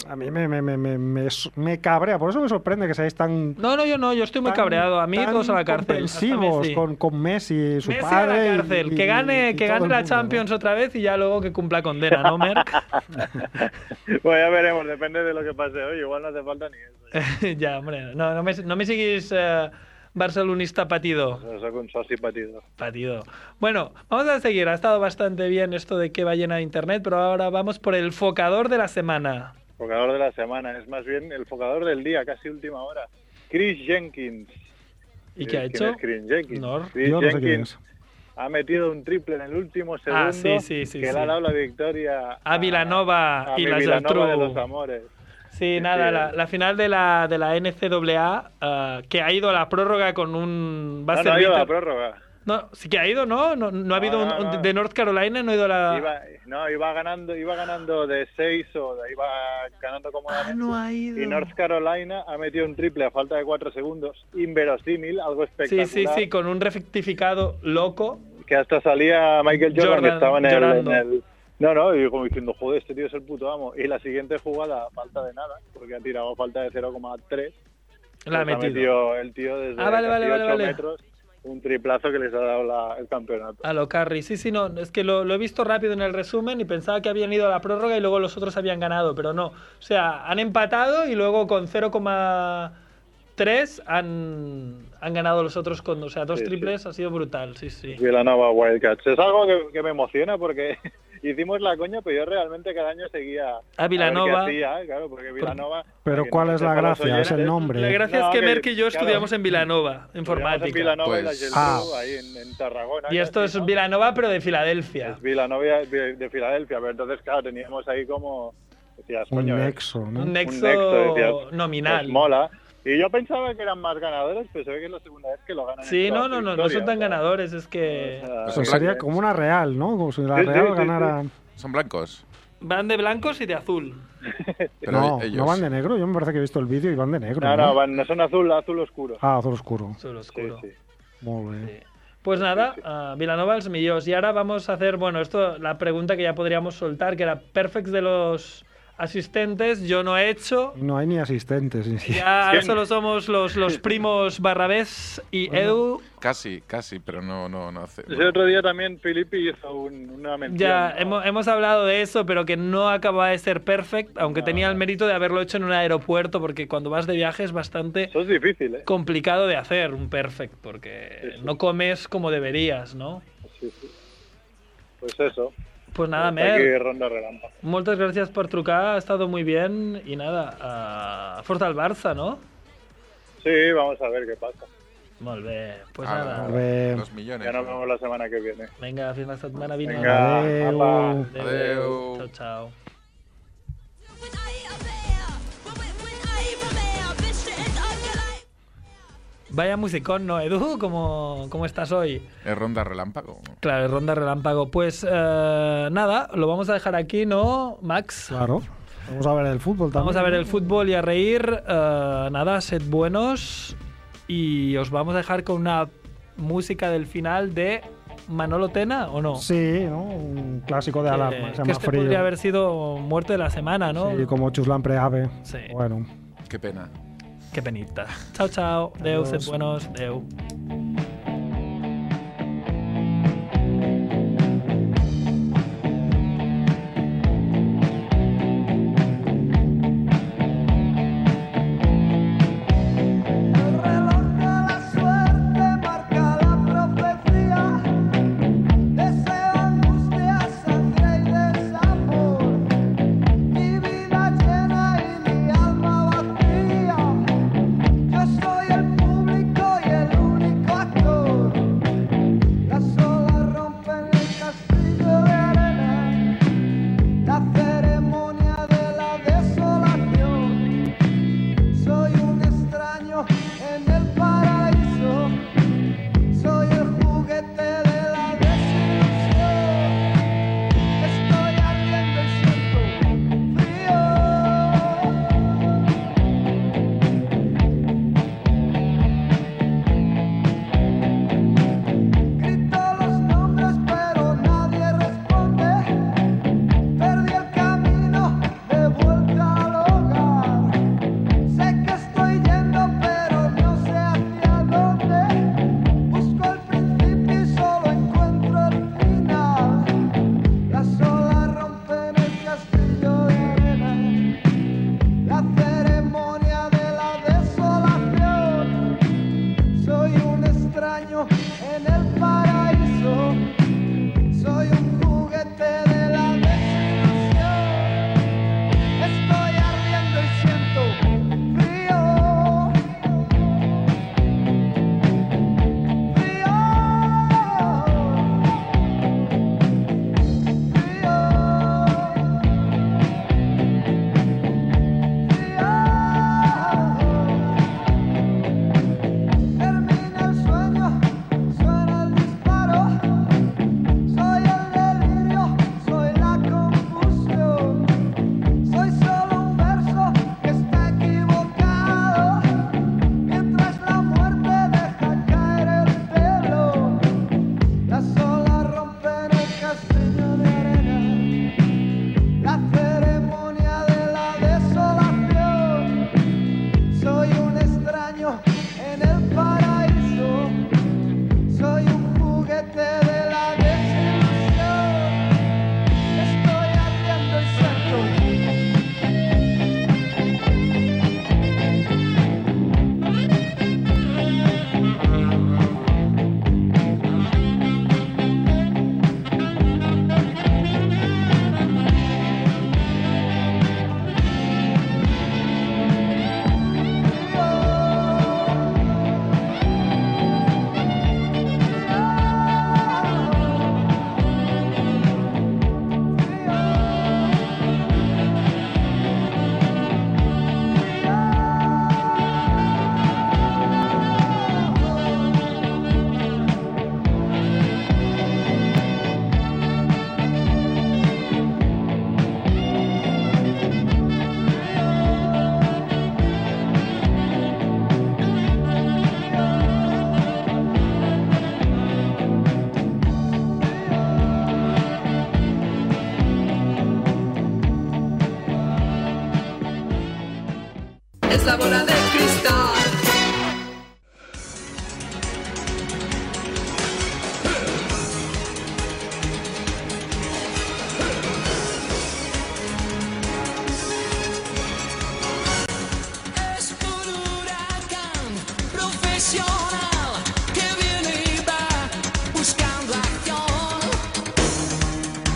D: a mí me, me, me, me, me s- me cabrea, por eso me sorprende que seáis tan...
C: No, no, yo no, yo estoy muy
D: tan-
C: cabreado. A mí
D: tan
C: todos a la cárcel. hasta
D: comprensivos
C: Messi.
D: con, con Messi, su
C: Messi a
D: padre...
C: la
D: y-
C: cárcel.
D: y-
C: que gane,
D: y
C: que
D: todo
C: gane
D: el mundo,
C: la
D: ¿no?
C: Champions otra vez y ya luego que cumpla condena, ¿no, Merck?
J: Bueno, ya veremos, depende de lo que pase hoy. Igual no hace falta ni eso.
C: ya, hombre. No, no me, no me seguís eh, barcelonista patido.
J: Eso es un socio partido.
C: Patido. Bueno, vamos a seguir. Ha estado bastante bien esto de que va llena de internet, pero ahora vamos por el focador de la semana.
J: Focador de la semana, es más bien el focador del día, casi última hora. Chris Jenkins.
C: ¿Y qué ha
J: ¿Quién
C: hecho?
J: es Chris Jenkins?
C: No.
J: Chris
D: Yo no sé quién
J: Jenkins
D: es.
J: ha metido un triple en el último segundo
C: Ah, sí, sí, sí,
J: que
C: sí.
J: le ha dado la victoria
C: A Vilanova
J: Ah, a
C: y
J: mi
C: la Geltrú.
J: Vilanova de los Amores.
C: Sí,
J: Sí,
C: nada,
J: sí,
C: la,
J: eh.
C: la final de la, de la NCAA, ah, que ha ido a la prórroga con un... va a
J: No, no
C: ser
J: ha ido a la
C: Víctor-
J: prórroga.
C: No, sí que ha ido, ¿no? No, no ha habido
J: no,
C: un-
J: no.
C: de North Carolina, no ha ido a la...
J: Iba, no, iba ganando, iba ganando de 6 o de- iba ganando cómodamente.
C: Ah, no ha ido.
J: Y North Carolina ha metido un triple a falta de 4 segundos, inverosímil, algo
C: sí,
J: espectacular.
C: sí, sí, con un rectificado loco.
J: que hasta salía Michael Jordan,
C: Jordan,
J: que estaba en el,
C: llorando.
J: en el- No, no, y como diciendo, joder, este tío es el puto amo. Y la siguiente jugada, falta de nada, porque ha tirado falta de 0,3.
C: La ha
J: Pues
C: metido.
J: el tío desde
C: Ah, vale, vale,
J: casi
C: vale,
J: ocho
C: vale.
J: metros, un triplazo que les ha dado la- el campeonato.
C: A lo Carry. Sí, sí, no. Es que lo, lo he visto rápido en el resumen y pensaba que habían ido a la prórroga y luego los otros habían ganado, pero no. O sea, han empatado y luego con 0,3 han, han ganado los otros con. O sea, dos
J: Sí, sí.
C: triples ha sido brutal, sí, sí.
J: Villanova Wildcats. Es algo que, que me emociona porque hicimos la coña, pero yo realmente cada año seguía
C: A Villanova.
J: ver qué hacía, ¿eh? claro, porque Villanova.
D: Pero
J: que
D: ¿cuál
J: no
D: es
J: sepa
D: la
J: los
D: gracia? Es el
J: oyentes,
D: nombre.
C: La gracia
J: No,
C: es que
J: que-
C: Merck y yo
J: claro.
C: estudiamos en Vilanova, informática.
J: estudiamos en Villanova y la
E: Pues-
J: Geltrú,
D: Ah.
J: ahí en, en Tarragona.
C: Y esto
J: casi,
C: es
J: ¿no?
C: Vilanova, pero de Filadelfia.
J: Es Villanova de de Filadelfia, pero entonces, claro, teníamos ahí como. Decías,
D: Un
J: coño, eh,
D: nexo, ¿no?
C: Un nexo,
J: decías,
C: nominal.
J: pues mola. Y yo pensaba que eran más ganadores, pero se ve que es la segunda vez que lo ganan.
C: Sí,
J: en toda
C: no,
J: su
C: no, no, no
J: historia,
C: son tan
J: o sea,
C: ganadores, es
J: o
C: que
J: sea,
E: Pues
J: que-
D: Pues sería como una Real, ¿no? Como si la
J: Sí, sí,
D: Real
J: sí, sí.
D: ganara...
E: Son blancos.
C: van de blancos y de azul.
E: Pero
D: no,
E: ellos.
D: no van de negro. Yo me parece que he visto el vídeo y van de negro.
J: No,
D: ¿no?
J: no, van, no son azul, azul oscuro.
D: Ah, azul oscuro.
C: Solo
J: Sí,
C: oscuro.
J: sí.
D: Molt bé.
C: Pues nada, a Vilanova els millors. Y ahora vamos a hacer, bueno, esto, la pregunta que ya podríamos soltar, que era perfects de los asistentes, yo no he hecho.
D: Y No hay ni asistentes. Ni siquiera.
C: Ya ahora solo somos los, los primos Barrabés y Edu.
E: Casi, casi, pero no, no, no hace.
J: Ese otro día también Filippi hizo un- una mención.
C: Ya
J: ¿no?
C: hemos, hemos hablado de eso, pero que no acaba de ser perfect, aunque tenía el mérito de haberlo hecho en un aeropuerto, porque cuando vas de viaje es bastante
J: Eso es difícil, ¿eh?
C: complicado de hacer un perfect, porque no comes como deberías, ¿no?
J: Sí, sí. Pues eso.
C: Pues nada,
J: Hasta aquí
C: Mer,
J: ronda relámpago.
C: moltes gràcies per trucar, ha estado muy bien y nada, uh, forta el Barça, ¿no?
J: Sí, vamos a ver qué pasa.
C: Molt bé, pues
E: Ah,
C: nada.
E: vale.
D: Bé,
E: Dos millones.
J: Ya nos vemos la semana que viene.
C: Vinga, fins la setmana vinent.
J: Venga,
D: Adeu.
J: apa.
E: Adeu.
C: Chao, chao. Vaya musicón, ¿no, Edu? ¿Cómo, cómo estás hoy?
E: Es ronda relámpago.
C: Claro, es ronda relámpago. Pues eh, nada, lo vamos a dejar aquí, ¿no, Max?
D: claro. Vamos a ver el fútbol también.
C: Vamos a ver el fútbol y a reír. Eh, nada, sed buenos. Y os vamos a dejar con una música del final de Manolo Tena, ¿o no?
D: Sí, ¿no? Un clásico de
C: Que-
D: alarma. Se
C: que
D: llama
C: este
D: Frío.
C: podría haber sido muerte de la semana, ¿no?
D: Sí, como Chuslan Preave.
C: Sí.
D: Bueno.
E: Qué pena.
C: Qué penita. Chao, chao. Deu, sed buenos. Deu.
G: Thank
K: extraño en el paraíso. Soy un juguete de la desolación. Estoy ardiendo y siento frío. Termina el sueño, suena el disparo. Soy el delirio, soy la confusión. Soy solo un verso que está equivocado. Mientras la muerte deja caer el pelo, las olas rompen el castillo de arena. La ceremonia de la desolación. Soy un extraño en el paraíso. Soy un juguete de la desilusión. Estoy ardiendo y
L: Es la bola de cristal.
K: Es un huracán profesional que viene y va buscando acción,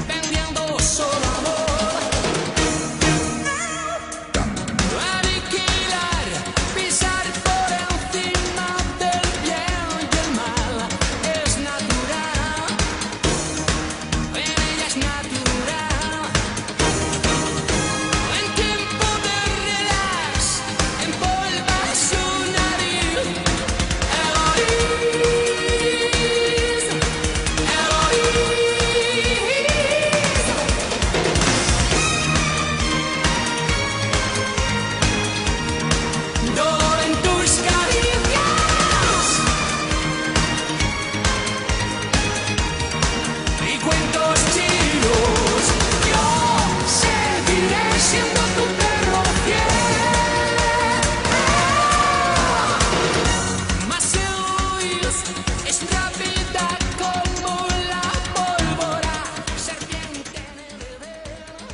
K: vendiendo solo amor. Aniquilar, pisar por encima del bien y el mal es natural. En ella es natural. En tiempo de relax, empolva su nariz. Egoís, egoís. Todo en tus caricias. Y cuentos chinos. Yo seguiré siendo tu perro fiel. Mas Luis es rápida como la pólvora. Serpiente en el dedo.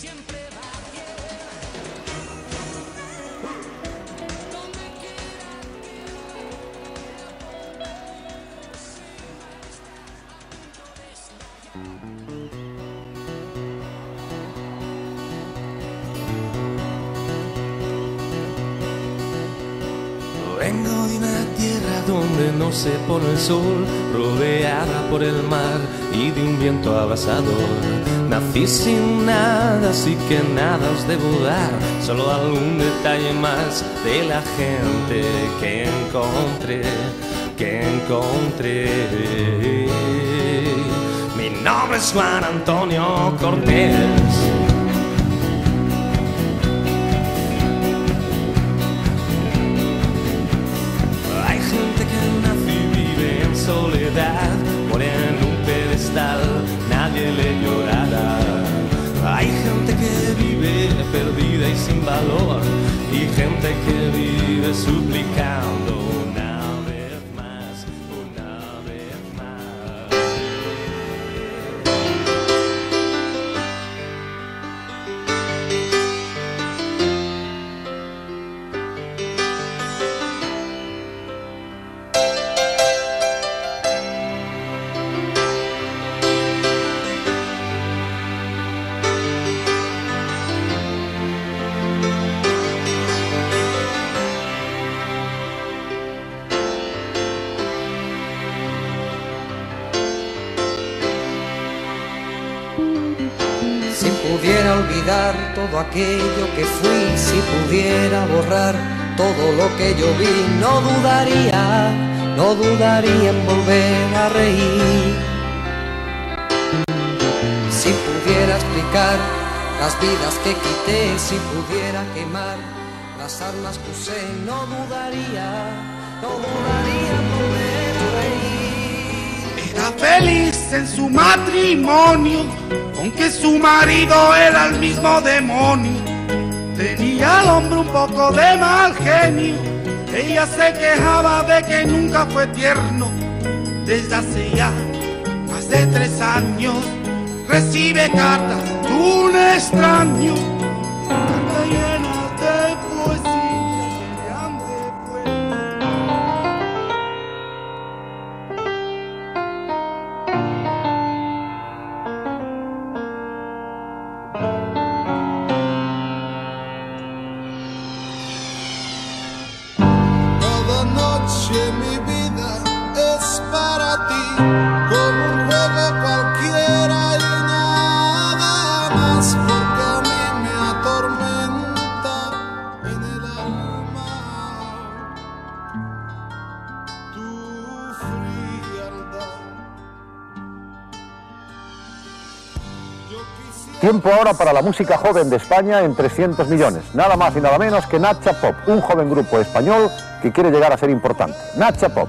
K: Siempre va
M: Vengo de una tierra donde no se pone el sol, rodeada por el mar y de un viento abrasador. Nací sin nada, así que nada os debo dar, solo algún detalle más de la gente que encontré, que encontré. Mi nombre es Juan Antonio Cortés. Hay gente que nace y vive en soledad, muere en un pedestal, nadie le llorará. Hay gente que vive perdida y sin valor, y gente que vive suplicando una vez más, una vez más.
N: olvidar todo aquello que fui, si pudiera borrar todo lo que yo vi, no dudaría, no dudaría en volver a reír. Si pudiera explicar las vidas que quité, si pudiera quemar las armas que usé, no dudaría, no dudaría en volver a reír.
O: Era feliz en su matrimonio, aunque su marido era el mismo demonio. Tenía al hombre un poco de mal genio, ella se quejaba de que nunca fue tierno. Desde hace ya más de tres años recibe cartas de un extraño, cartas llenas de poesía, de hambre puerta.
K: Cada noche mi vida es para ti, como un juego cualquiera y nada más, porque a mí me atormenta en el alma tu frialdad.
P: Tiempo ahora para la música joven de España en 300 millones. Nada más y nada menos que Nacha Pop, un joven grupo español que quiere llegar a ser importante. Nacha Pop.